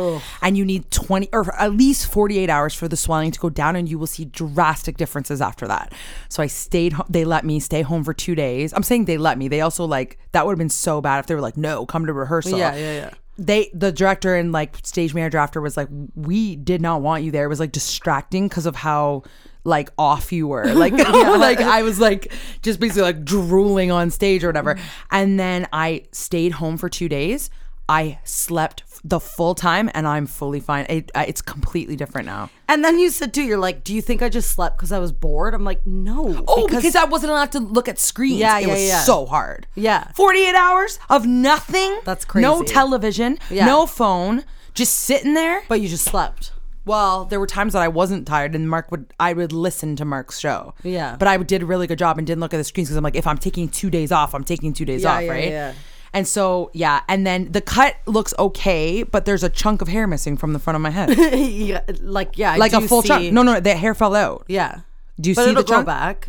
A: and you need 20 or at least 48 hours for the swelling to go down, and you will see drastic differences after that. So I stayed. ho- They let me stay home for two days. I'm saying they let me. They also like that would have been so bad if they were like, no, come to rehearsal.
B: Yeah, yeah, yeah.
A: They the director and like stage manager after was like, we did not want you there. It was like distracting because of how like off you were. Like like I was like just basically like drooling on stage or whatever. And then I stayed home for two days. I slept f- the full time and I'm fully fine. It, I- it's completely different now.
B: And then you said too, you're like, do you think I just slept because I was bored? I'm like, no.
A: Oh, because, I wasn't allowed to look at screens.
B: Yeah,
A: it
B: yeah,
A: was
B: yeah.
A: so hard.
B: Yeah.
A: 48 hours of nothing.
B: That's
A: No
B: crazy.
A: television,
B: Yeah.
A: no phone, just sitting there.
B: but you just slept.
A: Well, there were times that I wasn't tired, and Mark would I would listen to Mark's show.
B: Yeah.
A: but I did a really good job and didn't look at the screens because I'm like, if I'm taking two days off, I'm taking two days
B: Yeah,
A: off,
B: yeah,
A: right?
B: yeah.
A: And so yeah, and then the cut looks okay, but there's a chunk of hair missing from the front of my head,
B: yeah, like yeah, I
A: like a
B: do
A: full
B: see-
A: chunk. No, no, the hair fell out.
B: yeah.
A: Do you
B: but
A: see
B: it'll
A: the
B: go
A: chunk?
B: back.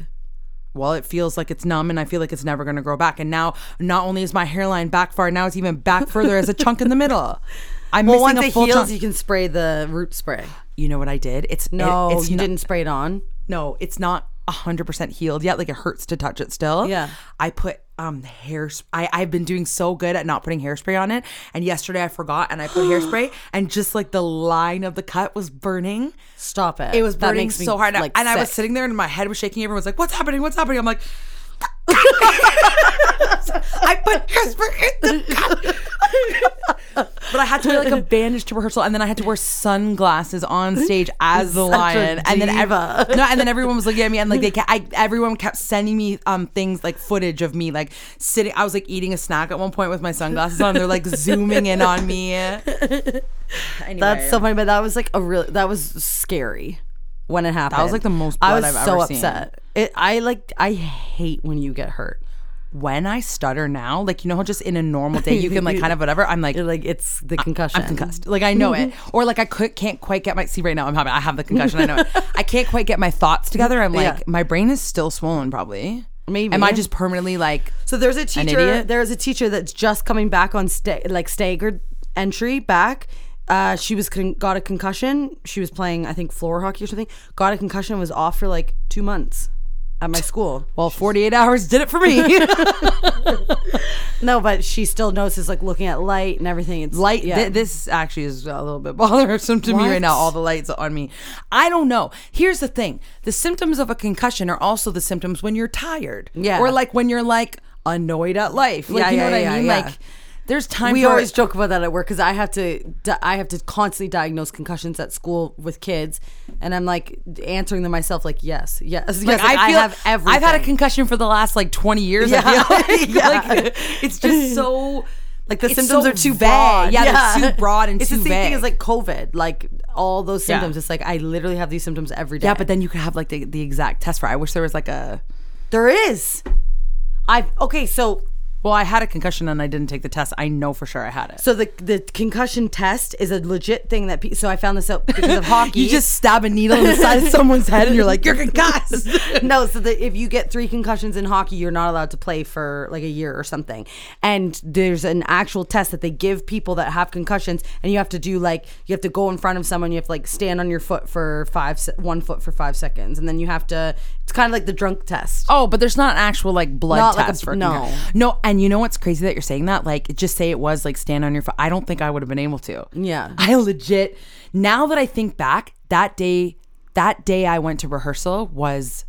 A: Well, it feels like it's numb, and I feel like it's never going to grow back. And now, not only is my hairline back far, now it's even back further as a chunk in the middle. I'm
B: Well,
A: missing
B: once
A: a
B: it
A: full
B: heals,
A: chunk.
B: you
A: You-,
B: can spray the root spray.
A: know what I did? It's it-
B: No,
A: it's
B: you
A: not-
B: didn't spray it on.
A: no, it's not hundred percent healed yet. Like it hurts to touch it still.
B: Yeah.
A: I put um hair. I I've been doing so good at not putting hairspray on it, and yesterday I forgot, and I put hairspray, and just like the line of the cut was burning.
B: Stop it.
A: It was
B: That
A: burning
B: makes me,
A: so hard, and I-
B: like,
A: and I was
B: sick.
A: sitting there, and my head was shaking. Everyone was like, "What's happening? What's happening?" I'm like. I put hairspray in the cut. but I had to wear like a bandage to rehearsal, and then I had to wear sunglasses on stage as the
B: Such a
A: lion. And then ev-
B: diva.
A: no, and then everyone was looking at me, and like they, kept, I, everyone kept sending me um things like footage of me like sitting. I was like eating a snack at one point with my sunglasses on. They're like zooming in on me. Anyway,
B: That's so funny, but that was like a real. That was scary when it happened.
A: like, the most
B: I
A: blood
B: was
A: I've
B: so
A: ever seen.
B: upset. It, I like. I hate when you get hurt.
A: when I stutter now, like you know, how just in a normal day you can like kind of whatever. I'm like.
B: You're like it's the concussion.
A: I'm concussed. Like I know it, or like I could, can't quite get my. See, right now I'm having. I have the concussion. I know it. I can't quite get my thoughts together. I'm like,
B: Yeah.
A: my brain is still swollen. Probably.
B: Maybe.
A: Am I just permanently like?
B: So there's a teacher.
A: idiot?
B: There's a teacher that's just coming back on sta- like staggered entry back. Uh, she was con- got a concussion. She was playing, I think, floor hockey or something. Got a concussion. and Was off for like two months at my school.
A: Well, 48 hours did it for me.
B: No, but she still notices like looking at light and everything. It's
A: light. thi-
B: Yeah.
A: this actually is a little bit bothersome to me right now.
B: What?
A: All the lights on me. I don't know. Here's the thing: the symptoms of a concussion are also the symptoms when you're tired.
B: Yeah.
A: Or like when you're like annoyed at life. Like,
B: Yeah,
A: you know
B: yeah,
A: what I
B: yeah,
A: mean?
B: yeah.
A: Like, there's time.
B: we
A: for-
B: always joke about that at work because I have to di- I have to constantly diagnose concussions at school with kids, and I'm like answering them myself like yes, yes, yes.
A: Like,
B: Like, I,
A: feel-
B: have everything.
A: I've had a concussion for the last like 20 years. I
B: Yeah.
A: feel like.
B: Yeah.
A: Like, it's just so.
B: like the
A: it's
B: symptoms
A: so
B: are too
A: vague.
B: broad.
A: Yeah, they're too broad and
B: it's
A: too
B: the same
A: vague.
B: thing as like COVID. Like all those symptoms, it's like I literally have these symptoms every day.
A: yeah, but then you could have like the, the exact test for. it. I wish there was like a.
B: there is. I okay, so
A: Well, I had a concussion and I didn't take the test. I know for sure I had it.
B: so the the concussion test is a legit thing that. Pe- so I found this out because of hockey.
A: You just stab a needle in the side of someone's head and you're like, you're concussed.
B: no, so that if you get three concussions in hockey, you're not allowed to play for like a year or something. And there's an actual test that they give people that have concussions, and you have to do like you have to go in front of someone, you have to like stand on your foot for five, se- one foot for five seconds, and then you have to. It's kind of like the drunk test.
A: Oh, but there's not actual like blood
B: Not like a-
A: test for
B: no.
A: concussion. no. And you know what's crazy that you're saying that? Like, just say it was like stand on your foot. I don't think I would have been able to.
B: Yeah.
A: I legit. Now that I think back, that day, that day I went to rehearsal was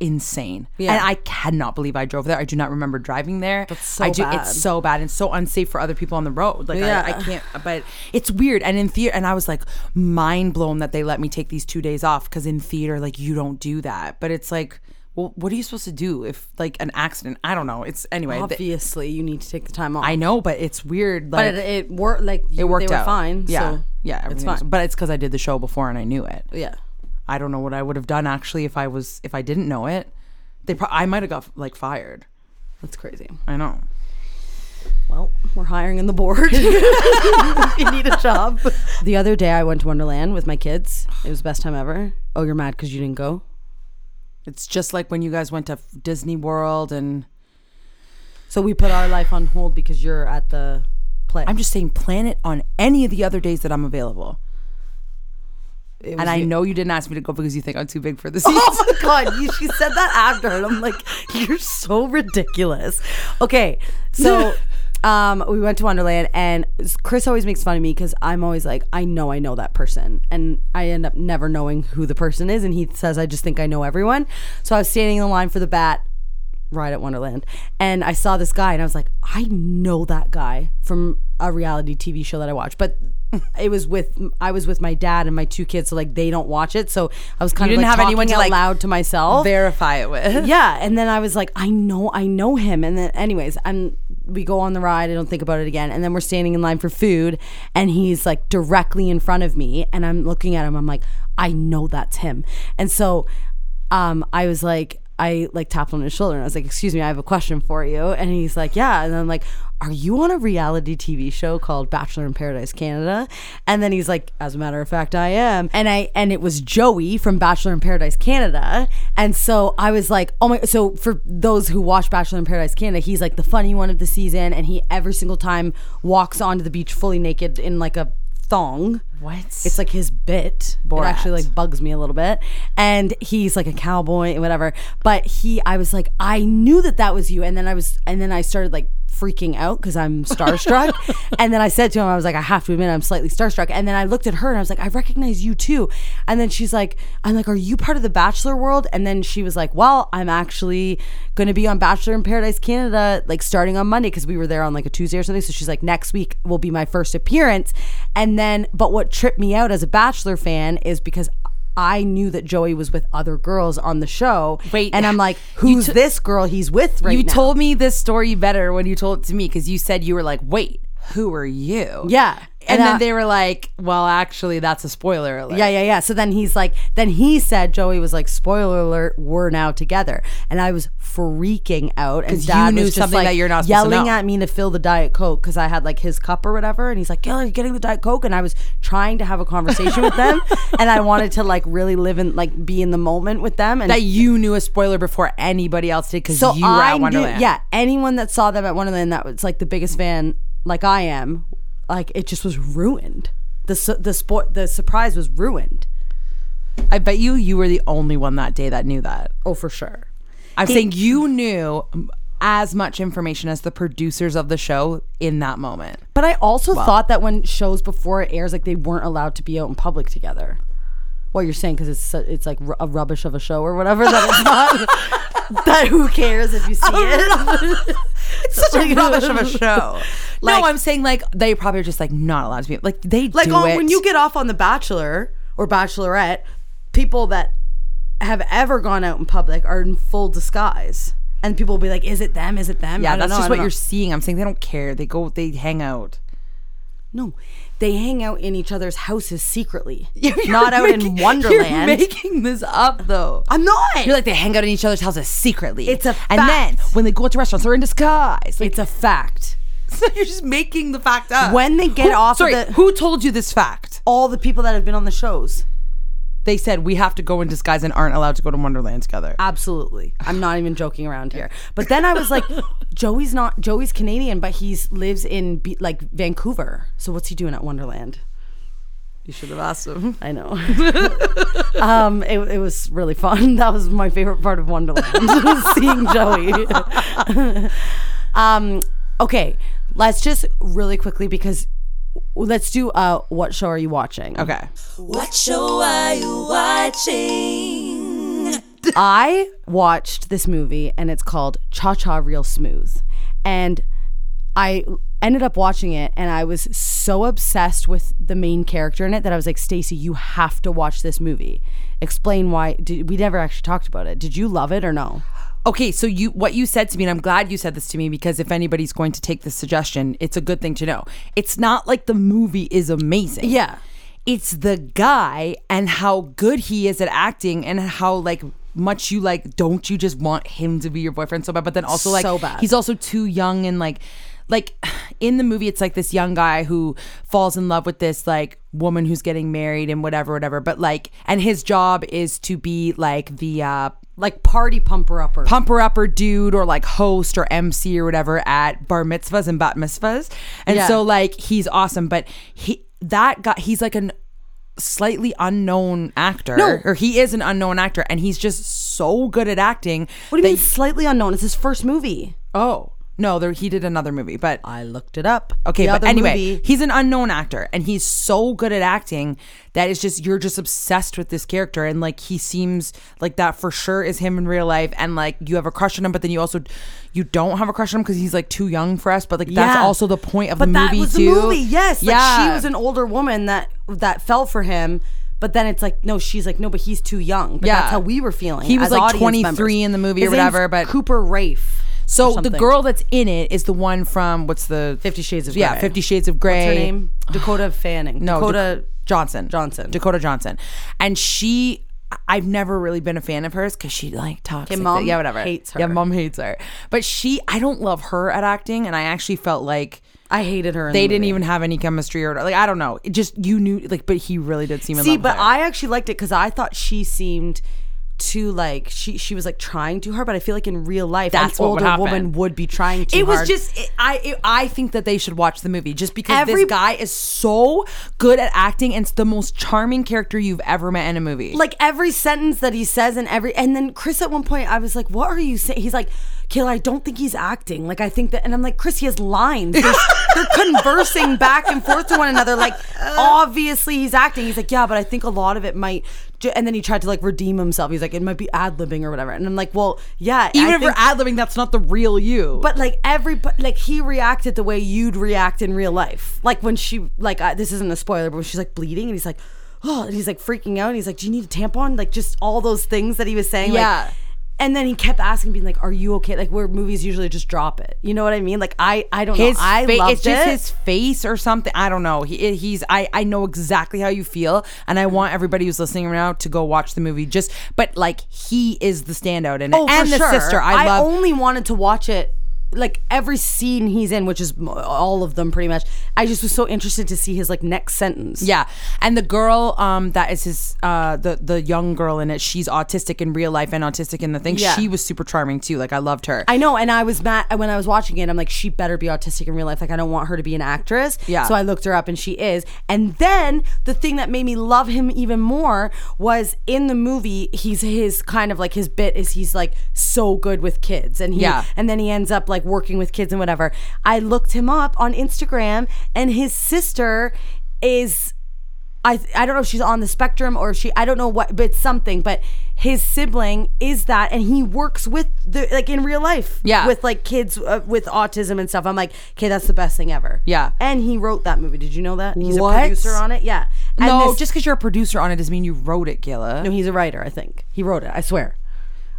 A: insane.
B: Yeah.
A: And I cannot believe I drove there. I do not remember driving there. That's
B: so
A: I do.
B: bad.
A: It's so bad and so unsafe for other people on the road. Like
B: Yeah.
A: I, I can't. But it's weird. And in theater, and I was like mind blown that they let me take these two days off because in theater, like you don't do that. But it's like. Well, what are you supposed to do if like an accident? I don't know. It's anyway. th-
B: Obviously, you need to take the time off.
A: I know, but it's weird. Like,
B: but it, it worked. Like you,
A: it worked
B: they were
A: out
B: fine.
A: Yeah,
B: so
A: yeah,
B: it's
A: everything was-
B: fine.
A: But it's because I did the show before and I knew it.
B: yeah.
A: I don't know what I would have done actually if I was if I didn't know it. They pro- I might have got like fired.
B: That's crazy.
A: I know.
B: Well, we're hiring in the board. you need a job. The other day I went to Wonderland with my kids. It was the best time ever. Oh, you're mad because you didn't go?
A: It's just like when you guys went to Disney World and
B: So we put our life on hold because you're at the play.
A: I'm just saying plan it on any of the other days that I'm available.
B: It was
A: And I
B: you-
A: know you didn't ask me to go because you think I'm too big for the seats.
B: Oh my god, you, she said that after, and I'm like, you're so ridiculous. Okay, so um, we went to Wonderland, and Chris always makes fun of me because I'm always like, I know I know that person, and I end up never knowing who the person is, and he says I just think I know everyone. So I was standing in the line for the bat ride at Wonderland, and I saw this guy, and I was like, I know that guy from a reality TV show that I watch, but. It was with I was with my dad and my two kids, so like they don't watch it. So I was kind
A: You
B: of
A: didn't
B: like
A: have anyone
B: talking
A: to,
B: out
A: like,
B: loud to myself.
A: Verify it with.
B: yeah, and then I was like, I know, I know him. And then, anyways, I'm we go on the ride. I don't think about it again. And then we're standing in line for food, and he's like directly in front of me, and I'm looking at him. I'm like, I know that's him. And so, um, I was like. I like tapped on his shoulder and I was like, "Excuse me, I have a question for you." And he's like, "Yeah." And I'm like, "Are you on a reality TV show called Bachelor in Paradise Canada?" And then he's like, "As a matter of fact, I am." And I and it was Joey from Bachelor in Paradise Canada. And so I was like, "Oh my!" So for those who watch Bachelor in Paradise Canada, he's like the funny one of the season, and he every single time walks onto the beach fully naked in like a thong.
A: What?
B: It's like his bit. It actually like bugs me a little bit. And he's like a cowboy and whatever. But he, I was like, I knew that that was you. And then I was, and then I started like freaking out because I'm starstruck. and then I said to him, I was like, I have to admit, I'm slightly starstruck. And then I looked at her and I was like, I recognize you too. And then she's like, I'm like, are you part of the Bachelor world? And then she was like, well, I'm actually going to be on Bachelor in Paradise Canada, like starting on Monday because we were there on like a Tuesday or something. So she's like, next week will be my first appearance. And then, but what tripped me out as a Bachelor fan is because I knew that Joey was with other girls on the show.
A: Wait,
B: and I'm like,
A: you
B: who's
A: to-
B: this girl he's with right
A: you
B: now?
A: told me this story better when you told it to me because you said you were like, wait, who are you?
B: Yeah.
A: And,
B: And,
A: then
B: uh,
A: they were like, well, actually, that's a spoiler alert.
B: Yeah, yeah, yeah. So then he's like, then he said, Joey was like, spoiler alert, we're now together. And I was freaking out. And
A: 'Cause
B: dad
A: you knew
B: was just
A: something
B: like
A: that you're not supposed to
B: yelling
A: know.
B: at me to fill the Diet Coke because I had like his cup or whatever. And he's like, Gail, are you getting the Diet Coke? And I was trying to have a conversation with them. And I wanted to like really live in, like be in the moment with them. And
A: That you knew a spoiler before anybody else did because you were at
B: knew-
A: Wonderland.
B: yeah, anyone that saw them at Wonderland that was like the biggest fan, like I am, like it just was ruined. The, su- the, sport, the surprise was ruined.
A: I bet you you were the only one that day that knew that.
B: Oh, for sure.
A: I'm saying you knew as much information as the producers of the show in that moment.
B: But I also thought that when shows before it airs, like they weren't allowed to be out in public together. What you're saying because it's su- it's like ru- a rubbish of a show or whatever that it's not. that who cares if you see it? it's
A: such a rubbish of a show.
B: Like-
A: no, I'm saying like they probably are just like not allowed to be like oh, they
B: Like
A: do
B: on,
A: it.
B: when you get off on The Bachelor or Bachelorette, people that have ever gone out in public are in full disguise, and people will be like, "Is it them? Is it them?"
A: yeah,
B: I don't
A: that's
B: know, I
A: just
B: don't
A: what
B: know.
A: you're seeing. I'm saying they don't care. They go, they hang out.
B: No, they hang out in each other's houses secretly, not out in Wonderland.
A: You're making this up though.
B: I'm not.
A: You're like they hang out in each other's houses secretly.
B: It's a
A: and then
B: fact.
A: when they go out to restaurants, they're in disguise. Like,
B: it's a fact.
A: so you're just making the fact up.
B: When they get
A: Who-
B: off of
A: sorry,
B: the-
A: who told you this fact?
B: All the people that have been on the shows.
A: They said we have to go in disguise and aren't allowed to go to Wonderland together.
B: Absolutely. I'm not even joking around here. But then I was like, Joey's not Joey's Canadian, but he's lives in Be- like Vancouver. So what's he doing at Wonderland?
A: You should have asked them.
B: I know. um, it, it was really fun. That was my favorite part of Wonderland, was seeing Joey. um, okay, let's just really quickly because let's do uh, what show are you watching?
A: Okay.
B: I watched this movie and it's called Cha Cha Real Smooth. And I ended up watching it and I was so obsessed with the main character in it that I was like, Stacey, you have to watch this movie. Explain why. Did, we never actually talked about it. Did you love it or no?
A: Okay, so you what you said to me, and I'm glad you said this to me because if anybody's going to take this suggestion, it's a good thing to know. It's not like the movie is amazing.
B: Yeah.
A: It's the guy and how good he is at acting and how like much you like don't you just want him to be your boyfriend so bad but then also like
B: So bad.
A: he's also too young and like like in the movie it's like this young guy who falls in love with this like woman who's getting married and whatever whatever but like and his job is to be like the uh
B: like party pumper upper.
A: pumper upper dude or like host or MC or whatever at bar mitzvahs and bat mitzvahs. And
B: Yeah.
A: so like he's awesome, but he that guy he's like an slightly unknown actor
B: No.
A: or he is an unknown actor and he's just so good at acting.
B: what do you mean
A: that-
B: slightly unknown? It's his first movie.
A: Oh. No, there he did another movie, but
B: I looked it up.
A: Okay,
B: The
A: but
B: other
A: anyway,
B: movie-
A: he's an unknown actor and he's so good at acting that it's just you're just obsessed with this character and like he seems like that for sure is him in real life and like you have a crush on him but then you also you don't have a crush on him cuz he's like too young for us but like that's
B: Yeah.
A: also the point of the
B: But
A: movie
B: that was
A: too.
B: the movie. Yes,
A: yeah.
B: like she was an older woman that that fell for him. But then it's like no, she's like no, but he's too young. But
A: Yeah.
B: that's how we were feeling.
A: He was,
B: as
A: like,
B: audience
A: 23
B: members.
A: in the movie or
B: His name's
A: whatever, but-
B: Cooper Rafe.
A: So the
B: something.
A: girl that's in it is the one from what's the
B: Fifty Shades of
A: Yeah,
B: Grey.
A: 50 Shades of Grey.
B: What's her name? Dakota Fanning.
A: No,
B: Dakota
A: Dak- Johnson.
B: Johnson.
A: Dakota Johnson. And she, I- I've never really been a fan of hers because she like talks.
B: Okay,
A: like
B: mom
A: that. yeah, whatever.
B: hates
A: Yeah,
B: her.
A: mom hates her. But she, I don't love her at acting, and I actually felt like
B: I hated her. In
A: they
B: the
A: didn't
B: movie.
A: even have any chemistry or like I don't know. It just you knew like, but he really did seem in
B: see,
A: love with
B: but
A: her.
B: I actually liked it because I thought she seemed too like she she was like trying too hard. But I feel like in real life,
A: That's
B: an
A: what would
B: older
A: happen.
B: woman would be trying too
A: it was
B: hard.
A: just it, I. It, I think that they should watch the movie just because
B: Every-
A: this guy is so good at acting and it's the most charming character you've ever met in a movie.
B: like every sentence that he says and every and then Chris at one point I was like, "What are you saying?" He's like, "Kayla, I don't think he's acting. Like I think that." And I'm like, "Chris, he has lines. They're, they're conversing back and forth to one another. Like obviously he's acting." He's like, "Yeah, but I think a lot of it might." ju-" And then he tried to like redeem himself. He's like, "It might be ad libbing or whatever." And I'm like, "Well, yeah, I
A: even if you're
B: think-
A: ad libbing, that's not the real you.
B: but like every but, like he reacted the way you'd react in real life. Like when she like I, this isn't a spoiler, but when she's like bleeding and he's like, oh, and he's like freaking out and he's like, do you need a tampon? Like just all those things that he was saying.
A: Yeah.
B: Like, and then he kept asking, being like, "Are you okay?" Like where movies usually just drop it. You know what I mean? Like I I don't
A: his
B: know. I
A: fa-
B: loved
A: it's just
B: it.
A: his face or something i don't know he, he's I, I know exactly how you feel and i want everybody who's listening right now to go watch the movie just but like he is the standout in it
B: Oh, for
A: and the
B: sure.
A: sister i, love
B: only wanted to watch it like every scene he's in, which is m- all of them pretty much. I just was so interested to see his like next sentence.
A: yeah and the girl um that is his uh the the young girl in it she's autistic in real life and autistic in the thing
B: Yeah.
A: she was super charming too like i loved her
B: I know, and I was mad when I was watching it. I'm like, she better be autistic in real life. Like, I don't want her to be an actress.
A: Yeah.
B: So I looked her up, and she is. And then the thing that made me love him even more was in the movie. He's his kind of like his bit is he's like so good with kids, and he,
A: Yeah.
B: And then he ends up like working with kids and whatever. I looked him up on Instagram, and his sister is I I don't know if she's on the spectrum or if she I don't know what but it's something but his sibling is that and he works with the like in real life
A: Yeah.
B: with like kids uh, with autism and stuff I'm like okay that's the best thing ever
A: Yeah.
B: and he wrote that movie did you know that he's
A: What?
B: a producer on it yeah and
A: no
B: this-
A: just because you're a producer on it doesn't mean you wrote it gila
B: no he's a writer I think he wrote it I swear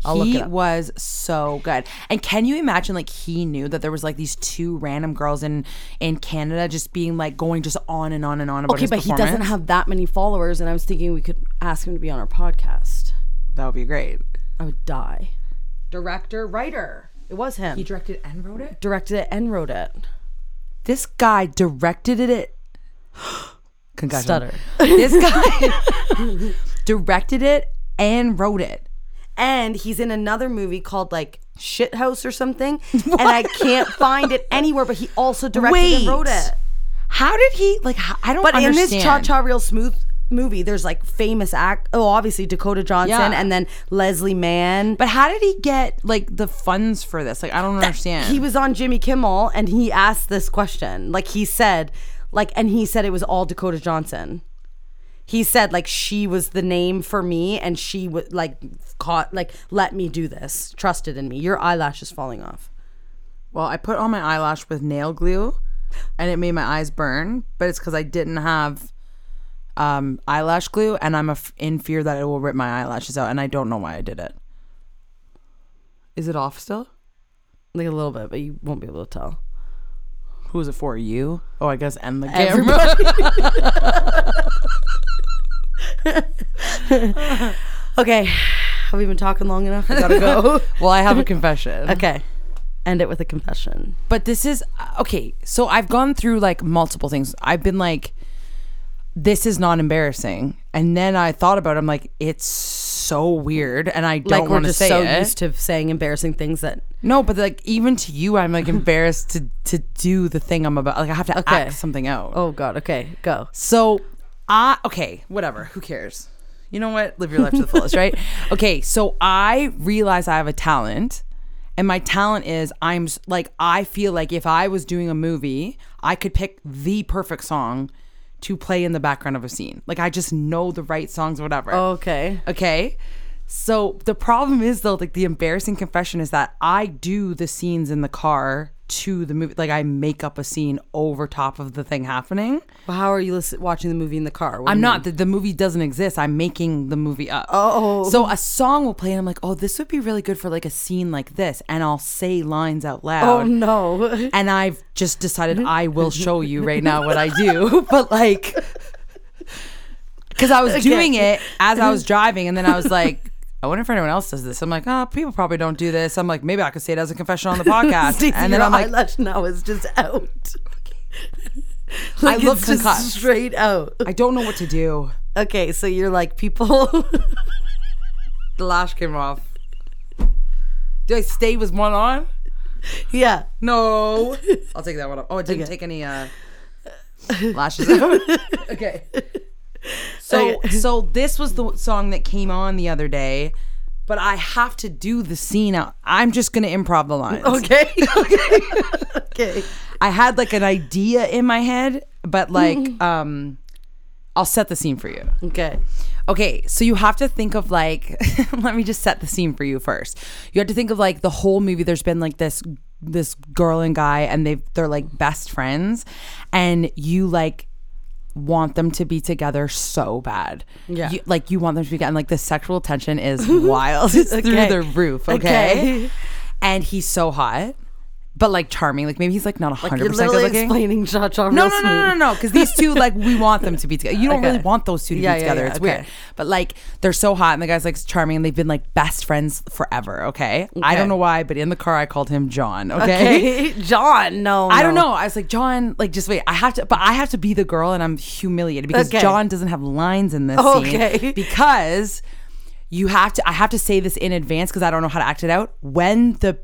B: I'll look
A: he
B: it up.
A: was so good. And can you imagine like he knew that there was like these two random girls in in Canada just being like going just on and on and on about
B: okay
A: his
B: but he doesn't
A: performance?
B: have that many followers and I was thinking we could ask him to be on our podcast
A: that would be great.
B: I would die director writer it was him he
A: Directed and wrote it?
B: directed it and wrote it
A: This guy directed it. Concussion.
B: Stutter.
A: This guy directed it and wrote it.
B: and he's in another movie called like Shit House or something, and I can't find it anywhere. But he also directed and wrote
A: Wait.
B: it.
A: How did he like h- I don't
B: But
A: understand.
B: in this Cha Cha Real Smooth movie, there's like famous act. Oh, obviously Dakota Johnson,
A: Yeah.
B: and then Leslie Mann.
A: but how did he get like the funds for this? Like I don't understand.
B: he was on Jimmy Kimmel, and he asked this question. Like he said, like, and he said it was all Dakota Johnson. He said like she was the name for me, and she was like caught like let me do this, trusted in me. Your eyelash is falling off.
A: Well, I put on my eyelash with nail glue and it made my eyes burn, but it's because I didn't have um, eyelash glue and I'm af- in fear that it will rip my eyelashes out and I don't know why I did it. Is it off still?
B: Like a little bit, but you won't be able to tell.
A: Who is it for? You? Oh, I guess and the camera.
B: Everybody. okay, Have we been talking long enough? We gotta go.
A: Well, I have a confession.
B: okay. End it with a confession.
A: But this is uh, okay. So I've gone through like multiple things. I've been like, this is not embarrassing. And then I thought about it. I'm like, it's so weird. And I don't
B: like we're
A: want to
B: just
A: say
B: so
A: it.
B: used to saying embarrassing things that
A: no, but like even to you, I'm like embarrassed to, to do the thing I'm about. Like I have to
B: Okay.
A: act something out.
B: Oh God. Okay, go.
A: So I okay, whatever. Who cares? You know what? Live your life to the fullest, right? Okay, so I realize I have a talent, and my talent is I'm s- like I feel like if I was doing a movie, I could pick the perfect song to play in the background of a scene. Like I just know the right songs, whatever.
B: Oh, Okay.
A: Okay. So the problem is though, like the embarrassing confession is that I do the scenes in the car to the movie. Like I make up a scene over top of the thing happening.
B: Well, how are you listen- watching the movie in the car? What do
A: I'm
B: you
A: not. The, the movie doesn't exist. I'm making the movie up. Oh. So a song will play, and I'm like, oh, this would be really good for like a scene like this, and I'll say lines out loud.
B: mean? Oh no.
A: And I've just decided I will show you right now what I do, but like, because I was doing it as I was driving, and then I was like. I wonder if anyone else does this. I'm like, oh, people probably don't do this. I'm like, maybe I could say it as a confession on the podcast.
B: Stacey,
A: Oh, and then
B: your
A: I'm like,
B: eyelash now is just out.
A: I look
B: it's just
A: concussed.
B: straight out.
A: I don't know what to do.
B: Okay, so you're like people.
A: The lash came off. Do I stay with one on?
B: yeah.
A: No. I'll take that one off. Oh, it didn't take any uh lashes out. okay. So
B: Okay.
A: so this was the song that came on the other day, but I have to do the scene out. I'm just gonna improv the lines.
B: Okay. okay. okay.
A: I had like an idea in my head, but like um I'll set the scene for you.
B: Okay.
A: Okay, so you have to think of like let me just set the scene for you first. You have to think of like the whole movie there's been like this this girl and guy and they they're like best friends and you like want them to be together so bad.
B: Yeah.
A: You, like you want them to be and like the sexual tension is wild. It's through
B: Okay.
A: the roof, okay?
B: Okay.
A: And he's so hot. But like charming, like maybe he's like not 100%
B: You're
A: good
B: literally
A: looking.
B: explaining Cha Cha
A: No, no, no, no, no, because these two, like, we want them to be together. You don't
B: Okay.
A: really want those two to
B: Yeah,
A: be
B: yeah,
A: together.
B: yeah,
A: it's
B: okay.
A: weird. But, like, they're so hot, and the guy's, like, charming, and they've been, like, best friends forever, okay? I don't know why, but in the car, I called him John, okay?
B: Okay. John, no.
A: I don't
B: no.
A: know. I was like, John, like, just wait. I have to, but I have to be the girl, and I'm humiliated because
B: Okay.
A: John doesn't have lines in this
B: Okay.
A: scene because you have to. I have to say this in advance because I don't know how to act it out. When the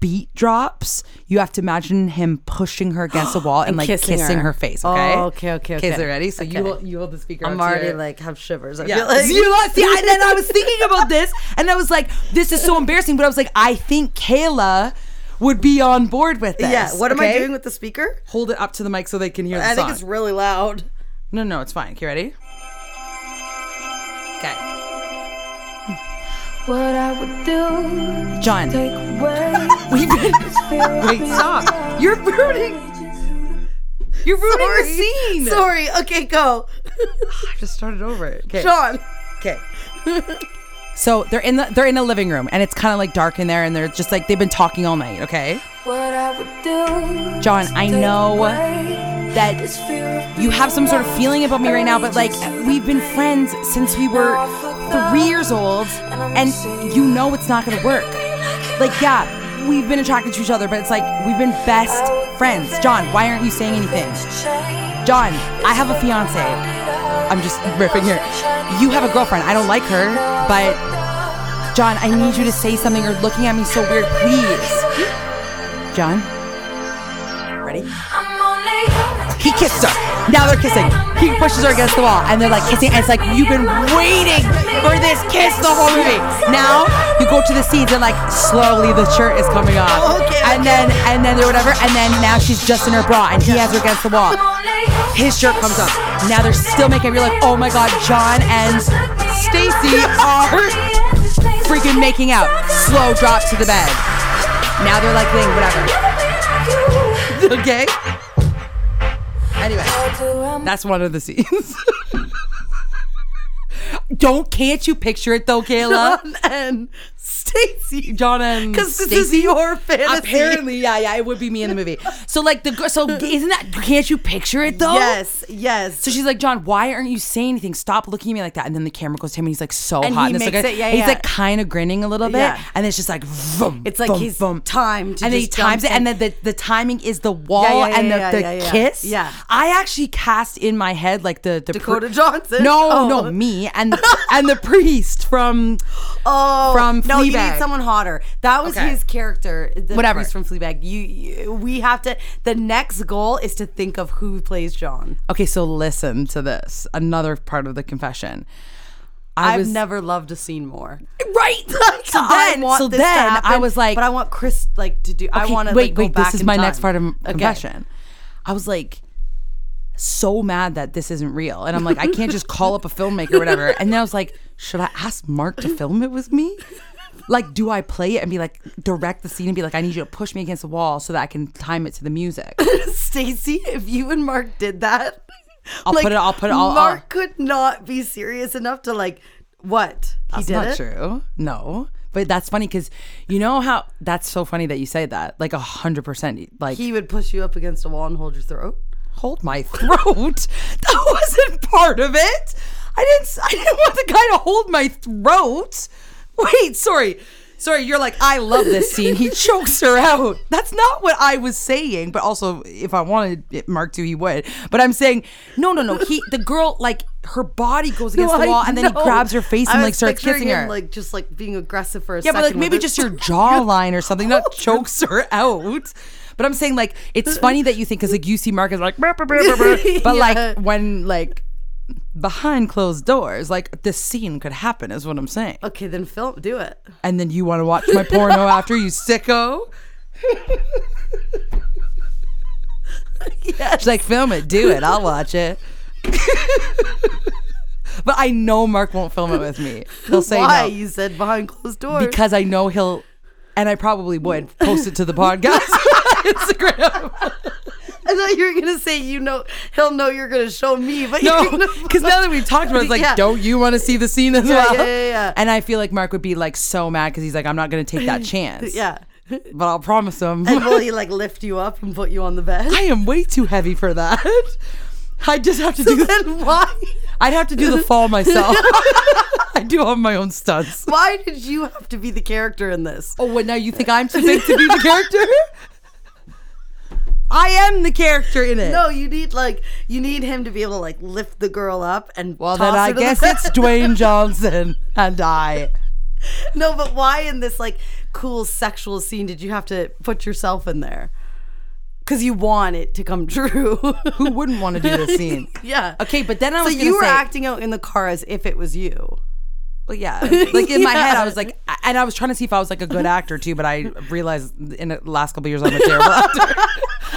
A: beat drops, you have to imagine him pushing her against the wall and, like kissing,
B: kissing
A: her.
B: her.
A: face.
B: Oh,
A: Okay,
B: okay, okay,
A: Okay, so
B: okay.
A: ready? So you
B: Okay.
A: hold, you hold the speaker.
B: I'm
A: up to
B: already
A: your-
B: like have shivers. I
A: yeah.
B: feel like
A: you know, see, I, then I was thinking about this, and I was like, "This is so embarrassing." But I was like, "I think Kayla would be on board with this."
B: Yeah. What am I
A: okay?
B: doing with the speaker?
A: hold it up to the mic so they can hear the
B: I
A: song.
B: think it's really loud.
A: no, no, it's fine. Okay, ready? Okay.
C: Hmm. What I would do,
A: John,
C: take away.
A: we've been- wait,
C: Wait,
A: stop. You're ruining. You're ruining the scene.
B: Sorry. Okay, go.
A: I just started over. Okay.
B: John.
A: Okay. so they're in the they're in a living room and it's kind of like dark in there and they're just like they've been talking all night. Okay.
C: What I would do.
A: John, I
C: take
A: know
C: away
A: that
C: this fear of
A: you have some sort of feeling about me right now, but like we've been friends since we were three years old, and you know it's not gonna work. Like, yeah, we've been attracted to each other, but it's like we've been best friends. John, why aren't you saying anything? John, I have a fiance. I'm just ripping here. You have a girlfriend. I don't like her, but John, I need you to say something. You're looking at me so weird, please. John, ready?
C: I'm only human.
A: He kissed her. Now they're kissing. He pushes her against the wall, and they're like kissing. And it's like you've been waiting for this kiss the whole movie. Now you go to the scenes, and like slowly the shirt is coming off,
B: Okay,
A: and then and then they're whatever, and then now she's just in her bra, and he has her against the wall. His shirt comes off. Now they're still making me like, oh my god, John and Stacy are freaking making out. Slow drop to the bed. Now they're like, thing, whatever. Okay. Anyway. That's one of the scenes. Don't can't you picture it though, Kayla?
B: John and Stacy.
A: John and
B: Because this is
A: Stacey?
B: your fantasy.
A: Apparently, yeah, yeah, it would be me in the movie. So like the gr- so isn't that can't you picture it though?
B: Yes, yes.
A: So she's like, John, why aren't you saying anything? Stop looking at me like that. And then the camera goes to him, and he's like so
B: And
A: hot.
B: he
A: and
B: makes
A: like,
B: it- yeah,
A: he's
B: yeah.
A: like kind of grinning a little bit,
B: Yeah.
A: and it's just like, vroom,
B: It's like
A: vroom,
B: he's
A: vroom.
B: timed to
A: and then he
B: just jump
A: times it,
B: in.
A: and then the, the timing is the wall
B: yeah,
A: and the,
B: yeah,
A: the
B: yeah, yeah.
A: kiss.
B: Yeah.
A: I actually cast in my head like the, the
B: Dakota Johnson?
A: No,
B: Oh.
A: no, me and the, and the priest from
B: oh,
A: from
B: no, you need
A: Fleabag.
B: someone hotter. That was
A: Okay.
B: his character. The
A: Whatever.
B: priest from Fleabag. You, you, we have to. The next goal is to think of who plays John.
A: Okay, so listen to this. Another part of the confession.
B: I
A: I
B: have
A: was
B: never loved a scene more.
A: right.
B: So then, so then I was like, but I want Chris like to do. I
A: Okay,
B: want to
A: wait,
B: Like, go
A: wait.
B: back
A: this is
B: in
A: my
B: time.
A: next part of m-
B: Okay.
A: confession. I was like, so mad that this isn't real, and I'm like, I can't just call up a filmmaker or whatever. And then I was like, should I ask Mark to film it with me? Like, do I play it and be like, direct the scene and be like, I need you to push me against the wall so that I can time it to the music?
B: Stacey, if you and Mark did that,
A: I'll put it- I'll put it- I'll-
B: Mark
A: I'll-
B: could not be serious enough to like what
A: That's
B: he did
A: not
B: it?
A: true. No, but that's funny because you know how that's so funny that you say that. Like a hundred percent. Like
B: He would push you up against a wall and hold your throat.
A: hold my throat. That wasn't part of it. I didn't. s- I didn't want the guy to hold my throat. Wait, sorry, sorry. You're like I love this scene. He chokes her out. That's not what I was saying. But also, if I wanted it, Mark to, he would. But I'm saying no, no, no. He the girl like her body goes against
B: No,
A: the
B: I
A: wall, and then
B: know.
A: he grabs her face and
B: I
A: like
B: was
A: starts
B: picturing
A: kissing
B: him,
A: her.
B: like just like being aggressive for a
A: Yeah,
B: second.
A: but like maybe
B: with
A: just
B: it.
A: your jawline or something that chokes her out. But I'm saying like it's
B: uh,
A: funny that you think because like you see Mark is like, "Brr, brr, brr, brr, brr." but
B: Yeah.
A: like when like behind closed doors, like this scene could happen is what I'm saying.
B: okay, then film, do it.
A: And then you want to watch my porno after you sicko. She's like, film it, do it, I'll watch it. but I know Mark won't film it with me. He'll say
B: Why
A: no
B: you said behind closed doors?
A: because I know he'll, and I probably would post it to the podcast Instagram.
B: I thought you were gonna say you know he'll know you're gonna show me, but
A: No,
B: you're gonna-
A: because now that we've talked about, it, it's like,
B: Yeah.
A: don't you want to see the scene as
B: Yeah,
A: well?
B: yeah, yeah, yeah.
A: And I feel like Mark would be like so mad because he's like, I'm not going to take that chance.
B: yeah.
A: but I'll promise him.
B: And will he like lift you up and put you on the bed?
A: I am way too heavy for that. I just have to do.
B: then why?
A: I'd have to do the fall myself. I do all my own stunts.
B: Why did you have to be the character in this?
A: Oh, what now? You think I'm too big to be the character? I am the character in it.
B: No, you need like you need him to be able to like lift the girl up and
A: Well,
B: toss
A: then I
B: her to the
A: guess
B: bed.
A: it's Dwayne Johnson and I.
B: no. But why in this like cool sexual scene did you have to put yourself in there? Because you want it to come true.
A: Who wouldn't want to do this scene?
B: yeah.
A: Okay, but then I was
B: so
A: gonna
B: you were
A: say-
B: acting out in the car as if it was you.
A: Well, yeah. Like in my head,
B: Yeah.
A: I was like, and I was trying to see if I was like a good actor too, but I realized in the last couple years I'm a terrible actor.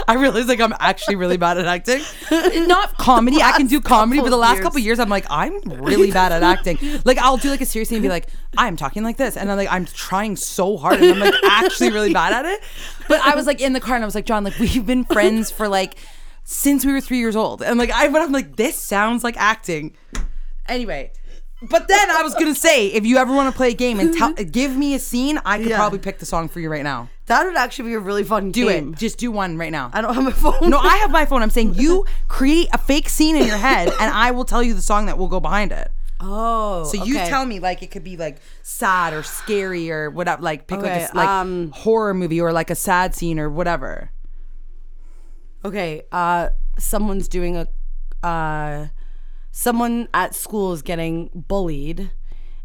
A: I realized like I'm actually really bad at acting. Not comedy. I can do comedy, but the last
B: years.
A: couple years I'm like, I'm really bad at acting. Like I'll do like a serious scene and be like, I'm talking like this. And I'm like, I'm trying so hard and I'm like actually really bad at it. But I was like in the car and I was like, John, like we've been friends for like since we were three years old. And like I but I'm like, this sounds like acting. Anyway, but then I was gonna say, if you ever want to play a game and tell, give me a scene, I could
B: Yeah.
A: probably pick the song for you right now.
B: That would actually be a really fun
A: Do
B: game.
A: it. Just do one right now.
B: I don't have my phone.
A: no, I have my phone. I'm saying you create a fake scene in your head, and I will tell you the song that will go behind it.
B: Oh,
A: So you
B: okay.
A: tell me, like it could be like sad or scary or whatever. Like pick like
B: Okay,
A: a like
B: um,
A: horror movie or like a sad scene or whatever.
B: Okay, uh, someone's doing a, uh, someone at school is getting bullied,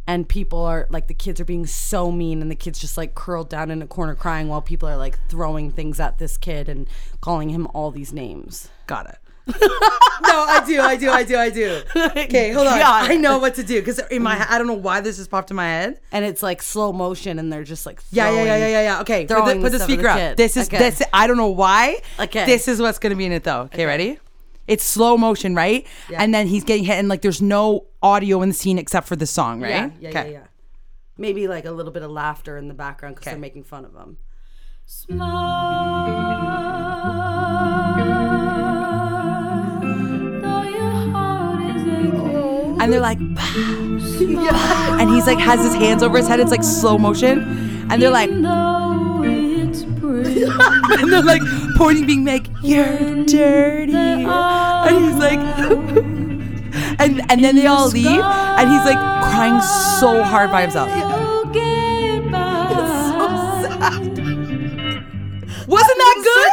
B: and people are like the kids are being so mean, and the kids just like curled down in a corner crying while people are like throwing things at this kid and calling him all these names.
A: Got it. no, I do, I do, I do, I do. Okay, hold on.
B: Got it.
A: I know what to do because in my, I don't know why this just popped in my head.
B: And it's like slow motion, and they're just like
A: Yeah, yeah,
B: throwing-
A: yeah, yeah, yeah, yeah. Okay, put the,
B: throwing
A: put the
B: stuff at
A: speaker up.
B: kid.
A: This is
B: Okay.
A: this. I don't know why.
B: Okay.
A: This is what's gonna be in it though. Okay, ready? It's slow motion, right? And then he's getting hit, and like there's no audio in the scene except for the song, right?
B: yeah, yeah,
A: okay.
B: yeah, yeah. Maybe like a little bit of laughter in the background because they're making fun of him.
D: Smile, though your heart is aching.
A: and they're like, and he's like has his hands over his head. It's like slow motion, and they're like, and they're like pointing, being like, "You're dirty," and he's like, and and then they all leave, and he's like crying so hard by himself. It's so sad. Wasn't that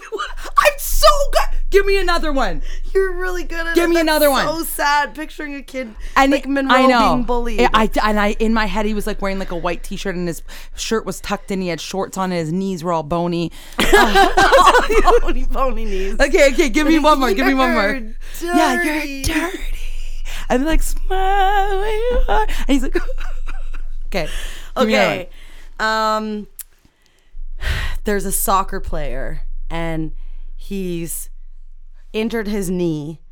A: good? I'm so good. Give me another one.
B: You're really good at
A: Give
B: it.
A: me
B: That's
A: another one.
B: So sad picturing a kid
A: and
B: like
A: it-
B: Monroe
A: I know.
B: being bullied.
A: Yeah, I and I in my head he was like wearing like a white t-shirt and his shirt was tucked in. He had shorts on and his knees were all bony.
B: pony pony knees.
A: Okay, okay, give me one more. Give me one more.
B: You're
A: Yeah,
B: dirty.
A: you're dirty. And like smile, when you are- and he's like, okay, give me another one.
B: okay. Um there's a soccer player and he's injured his knee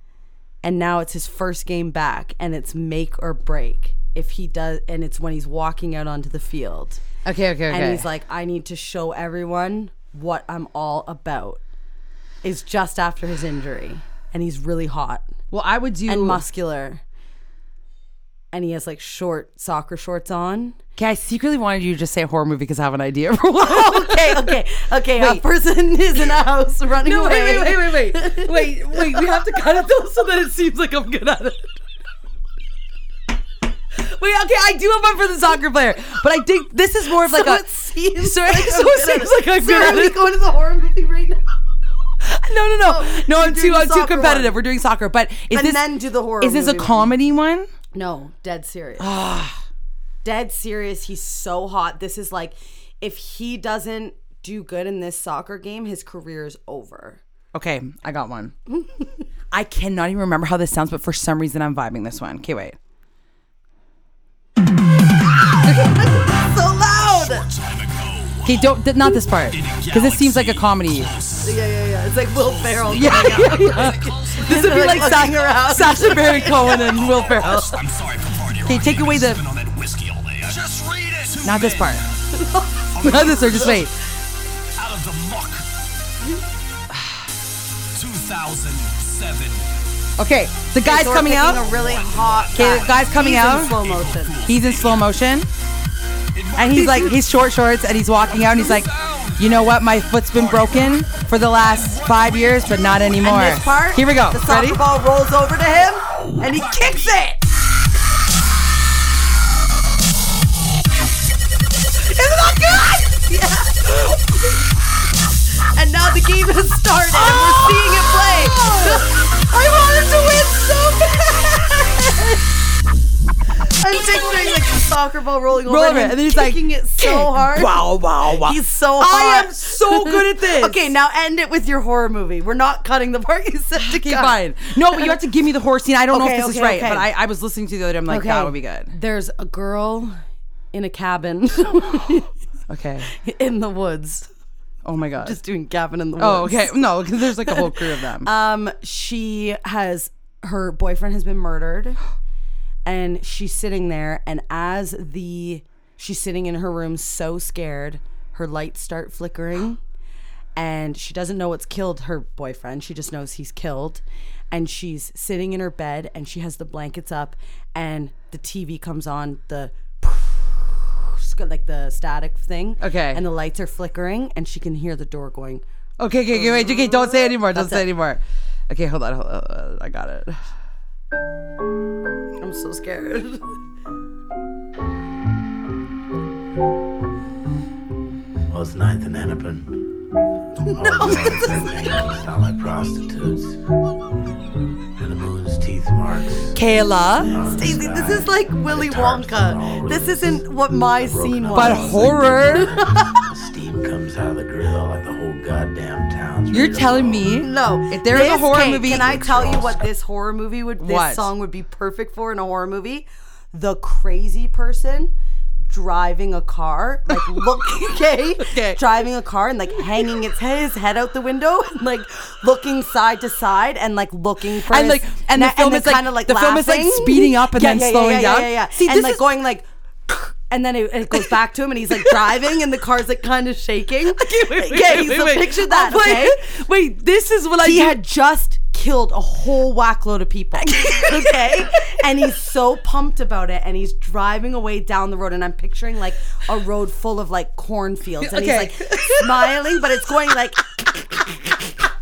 B: and now it's his first game back and it's make or break if he does and it's when he's walking out onto the field.
A: Okay, okay, okay.
B: And he's like, I need to show everyone what I'm all about. Is just after his injury. And he's really hot
A: well, I would do.
B: and muscular. And he has like short soccer shorts on.
A: okay, I secretly wanted you to just say horror movie because I have an idea for one.
B: Okay, okay, okay. A
A: Wait.
B: person is in a house running
A: No,
B: away.
A: wait, wait, wait, wait, wait, wait, wait. We have to cut it though, so that it seems like I'm good at it. Wait, okay, I do have one for the soccer player, but I think this is more of like
B: so
A: a.
B: it seems
A: Sorry,
B: like
A: so
B: I'm
A: it
B: good at
A: seems like I'm
B: So
A: good
B: are
A: at
B: we
A: it.
B: going to the horror movie right now?
A: No, no, no,
B: Oh,
A: no.
B: we're
A: I'm
B: doing
A: too,
B: the
A: I'm too
B: soccer
A: competitive.
B: one.
A: We're doing soccer, but is
B: And
A: this
B: then do the horror
A: Is this
B: movie
A: a
B: one.
A: comedy one?
B: No, dead serious. Ah. dead serious. He's so hot. This is like, if he doesn't do good in this soccer game, his career is over.
A: Okay, I got one. I cannot even remember how this sounds, but for some reason I'm vibing this one. Okay, wait.
B: So loud.
A: Okay, don't th- not this part because this seems like a comedy.
B: Yeah, yeah, yeah. It's like Will Ferrell.
A: Yeah, yeah, yeah. This would be like,
B: looking around.
A: Sa- Sasha Baron Cohen and Will Ferrell.
E: I'm sorry for
A: Okay, take away the-
E: On that whiskey all day. Just read it.
A: Not this
E: Two
A: part.
E: men
A: Not this part. Just wait.
E: Out of the muck. 2007.
A: Okay, the guy's
B: So we're
A: coming
B: picking
A: out.
B: A really hot.
A: Okay, the
B: guy.
A: guy's coming
B: He's in
A: out.
B: slow motion.
A: He's in slow motion. And he's like, he's short shorts and he's walking out and he's like, you know what? My foot's been broken for the last five years, but not anymore.
B: And this part,
A: Here we go.
B: The soccer
A: Ready?
B: ball rolls over to him, and he kicks it. Isn't that good? Yeah. And now the game has started, and we're
A: Oh!
B: seeing it play. I wanted to win so bad. I'm picturing like the soccer ball rolling over,
A: Roll
B: and,
A: over it,
B: him
A: and then he's like,
B: kicking it so hard.
A: Wow, wow, wow.
B: He's so
A: I
B: hot.
A: am so good at this.
B: okay, now end it with your horror movie. We're not cutting the part you said to
A: Okay,
B: cut.
A: fine. No, but you have to give me the horse scene. I don't know
B: Okay,
A: if this is
B: okay,
A: right,
B: okay.
A: but I, I was listening to the other day. I'm like, that would be good.
B: There's a girl in a cabin
A: Okay.
B: in the woods.
A: Oh my god.
B: Just doing cabin in the woods.
A: oh, okay. No, because there's like a whole crew of them.
B: Um, she has her boyfriend has been murdered, and she's sitting there, and as the she's sitting in her room, so scared, her lights start flickering, and she doesn't know what's killed her boyfriend. She just knows he's killed, and she's sitting in her bed, and she has the blankets up, and the TV comes on the. Like the static thing,
A: Okay.
B: and the lights are flickering, and she can hear the door going.
A: Okay, okay, okay, wait, okay. Don't say anymore. Don't
B: That's
A: say
B: it.
A: anymore. Okay, hold on, hold on, hold on. I got it.
B: I'm so scared.
F: Well, it's ninth and Hennepin. no, sound like prostitutes. And the moon's teeth marks.
A: Kayla,
B: Stacey, this is like Willy
F: Guitars
B: Wonka.
F: going all
B: This
F: over the
B: isn't what my scene was.
A: but horror.
F: Steam comes out of the grill like the whole goddamn town's.
A: You're
F: real.
A: telling me
B: no,
A: Mm-hmm. If there is a
B: this-
A: horror
B: okay,
A: movie-
B: can I tell you what this horror movie would, this
A: What?
B: song would be perfect for in a horror movie? The crazy person driving a car, like looking, okay,
A: Okay.
B: driving a car and like hanging its head, his head out the window, and like looking side to side and like looking for
A: And,
B: his-
A: like, and the film is, like-
B: kinda,
A: the film is, like,
B: laughing.
A: speeding up and
B: Yeah,
A: then
B: yeah, yeah,
A: slowing
B: yeah,
A: down.
B: Yeah, yeah, yeah.
A: See,
B: and
A: this
B: like
A: is-
B: going like. And then it, it goes back to him, and he's like driving, and the car's like kind of shaking. Okay, so picture that.
A: Oh, wait,
B: okay,
A: Wait, this is what I
B: he
A: do.
B: had just killed a whole whackload of people. Okay? and he's so pumped about it and he's driving away down the road and I'm picturing like a road full of like cornfields and
A: Okay.
B: he's like smiling but it's going like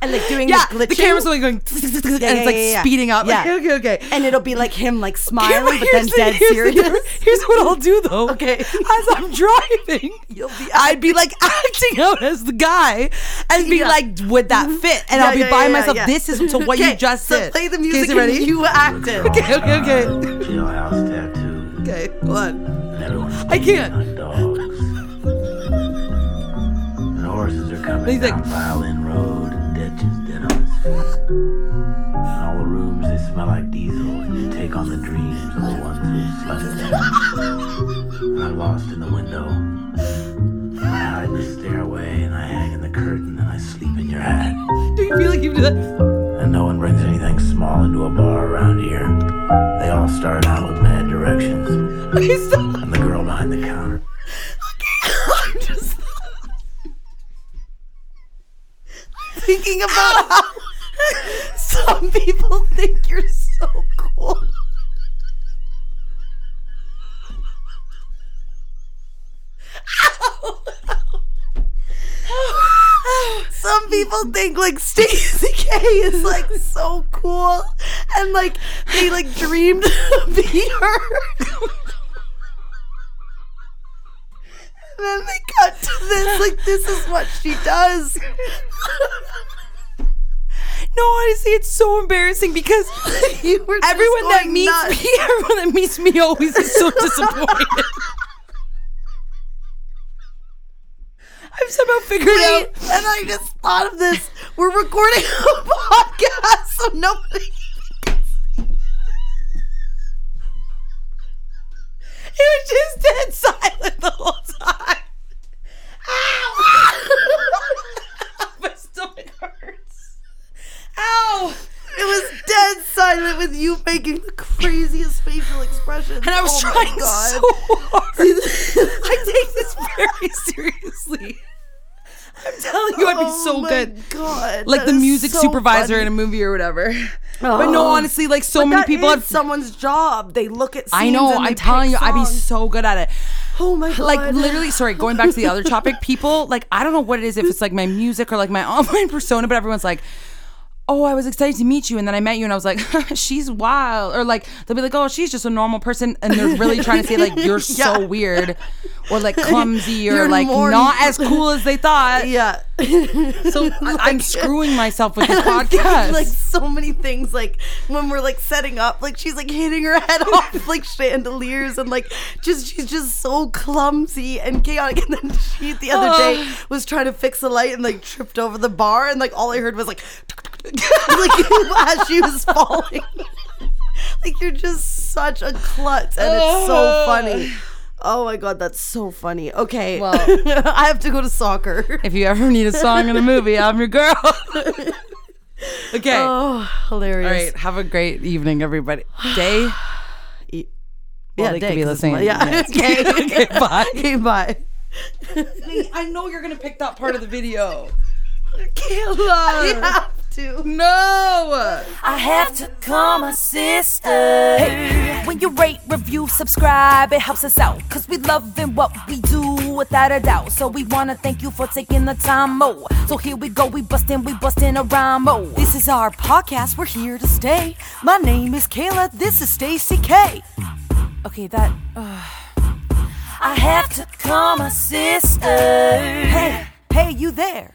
B: and like doing
A: yeah,
B: the
A: the
B: glitching.
A: camera's like going, and
B: yeah,
A: it's like
B: yeah, yeah.
A: speeding up. Like,
B: Yeah.
A: okay, okay.
B: And it'll be like him like
A: Here-
B: smiling but
A: here's
B: then
A: the-
B: dead
A: here's the-
B: serious.
A: here's what I'll do though.
B: Okay.
A: As I'm driving, I'd be like acting out as the guy and be
B: Yeah.
A: like, would that fit? And
B: Yeah,
A: I'll be
B: yeah,
A: by
B: yeah,
A: myself.
B: yeah.
A: This is to what you
B: Okay,
A: just
B: so
A: said.
B: Play the
A: Okay, so
B: music
A: ready?
B: and you act it.
A: Okay, okay, okay.
F: Jailhouse tattoos.
A: Okay, hold on.
F: And everyone's
A: I can't.
F: beating on dogs. And horses are coming
A: He's like-
F: down Violin Road and ditches dead on his feet. And all the rooms, they smell like diesel and you take on the dreams of the ones who slept there. And I'm lost in the window. And I hide in the stairway and I hang in the curtain and I sleep in your hat.
A: Do you feel like you've done
F: And no one brings anything small into a bar around here. They all start out with mad directions. And the girl behind the counter.
B: thinking about how some people think you're so cool. Some people think like Stacey K is like so cool and like they like dreamed to be her. and then they cut to this like this is what she does.
A: No, honestly, it's so embarrassing because
B: You were just
A: everyone that
B: going
A: meets
B: nuts.
A: me, everyone that meets me always is so disappointed. I've somehow figured
B: Wait,
A: out.
B: and I just thought of this. We're recording a podcast, so nobody.
A: It was just dead silent the whole time. Ow! My stomach hurts. Ow!
B: It was dead silent with you making the craziest facial expressions.
A: And I was
B: Oh my
A: trying
B: God.
A: so hard. I take this very seriously. I'm telling you, I'd be
B: Oh
A: so
B: my
A: good.
B: God,
A: like
B: that
A: the
B: is
A: music
B: so
A: supervisor
B: funny.
A: in a movie or whatever. Oh. But no, honestly, like so many
B: That
A: people
B: is
A: have.
B: someone's job. They look at. Scenes
A: I know.
B: and they
A: I'm telling you,
B: pick
A: I'd be
B: songs.
A: so good at it.
B: Oh my god!
A: Like literally, sorry. Going back to the other topic, people like I don't know what it is if it's like my music or like my online persona, but everyone's like. Oh, I was excited to meet you, and then I met you, and I was like, "She's wild," or like they'll be like, "Oh, she's just a normal person," and they're really trying to say like, "You're so weird," or like clumsy, or
B: You're
A: like
B: more-
A: not as cool as they thought.
B: Yeah.
A: So I, am screwing myself with this
B: I'm thinking,
A: podcast.
B: Like so many things, like when we're like setting up, like she's like hitting her head off like chandeliers, and like just she's just so clumsy and chaotic. And then she the other day was trying to fix a light and like tripped over the bar, and like all I heard was like like as she was falling. Like you're just such a klutz, and it's so funny. Oh my god, that's so funny. Okay, well, I have to go to soccer.
A: If you ever need a song in a movie, I'm your girl. okay.
B: Oh, hilarious.
A: All right. Have a great evening, everybody. Day. Well,
B: Yeah,
A: they
B: day,
A: could be
B: 'cause it's
A: listening.
B: my-
A: in
B: yeah.
A: minutes. okay.
B: Okay.
A: Bye.
B: Okay, bye.
A: I know you're gonna pick that part of the video.
B: I have to.
A: No.
G: When you rate, review, subscribe, it helps us out. Cause we loving what we do without a doubt. So we wanna thank you for taking the time, oh. So here we go, we bustin', we bustin' a rhyme, oh. This is our podcast, we're here to stay. My name is Kayla, this is Stacy K. Okay, that. Uh, I have to call my sister. Hey, hey, you there.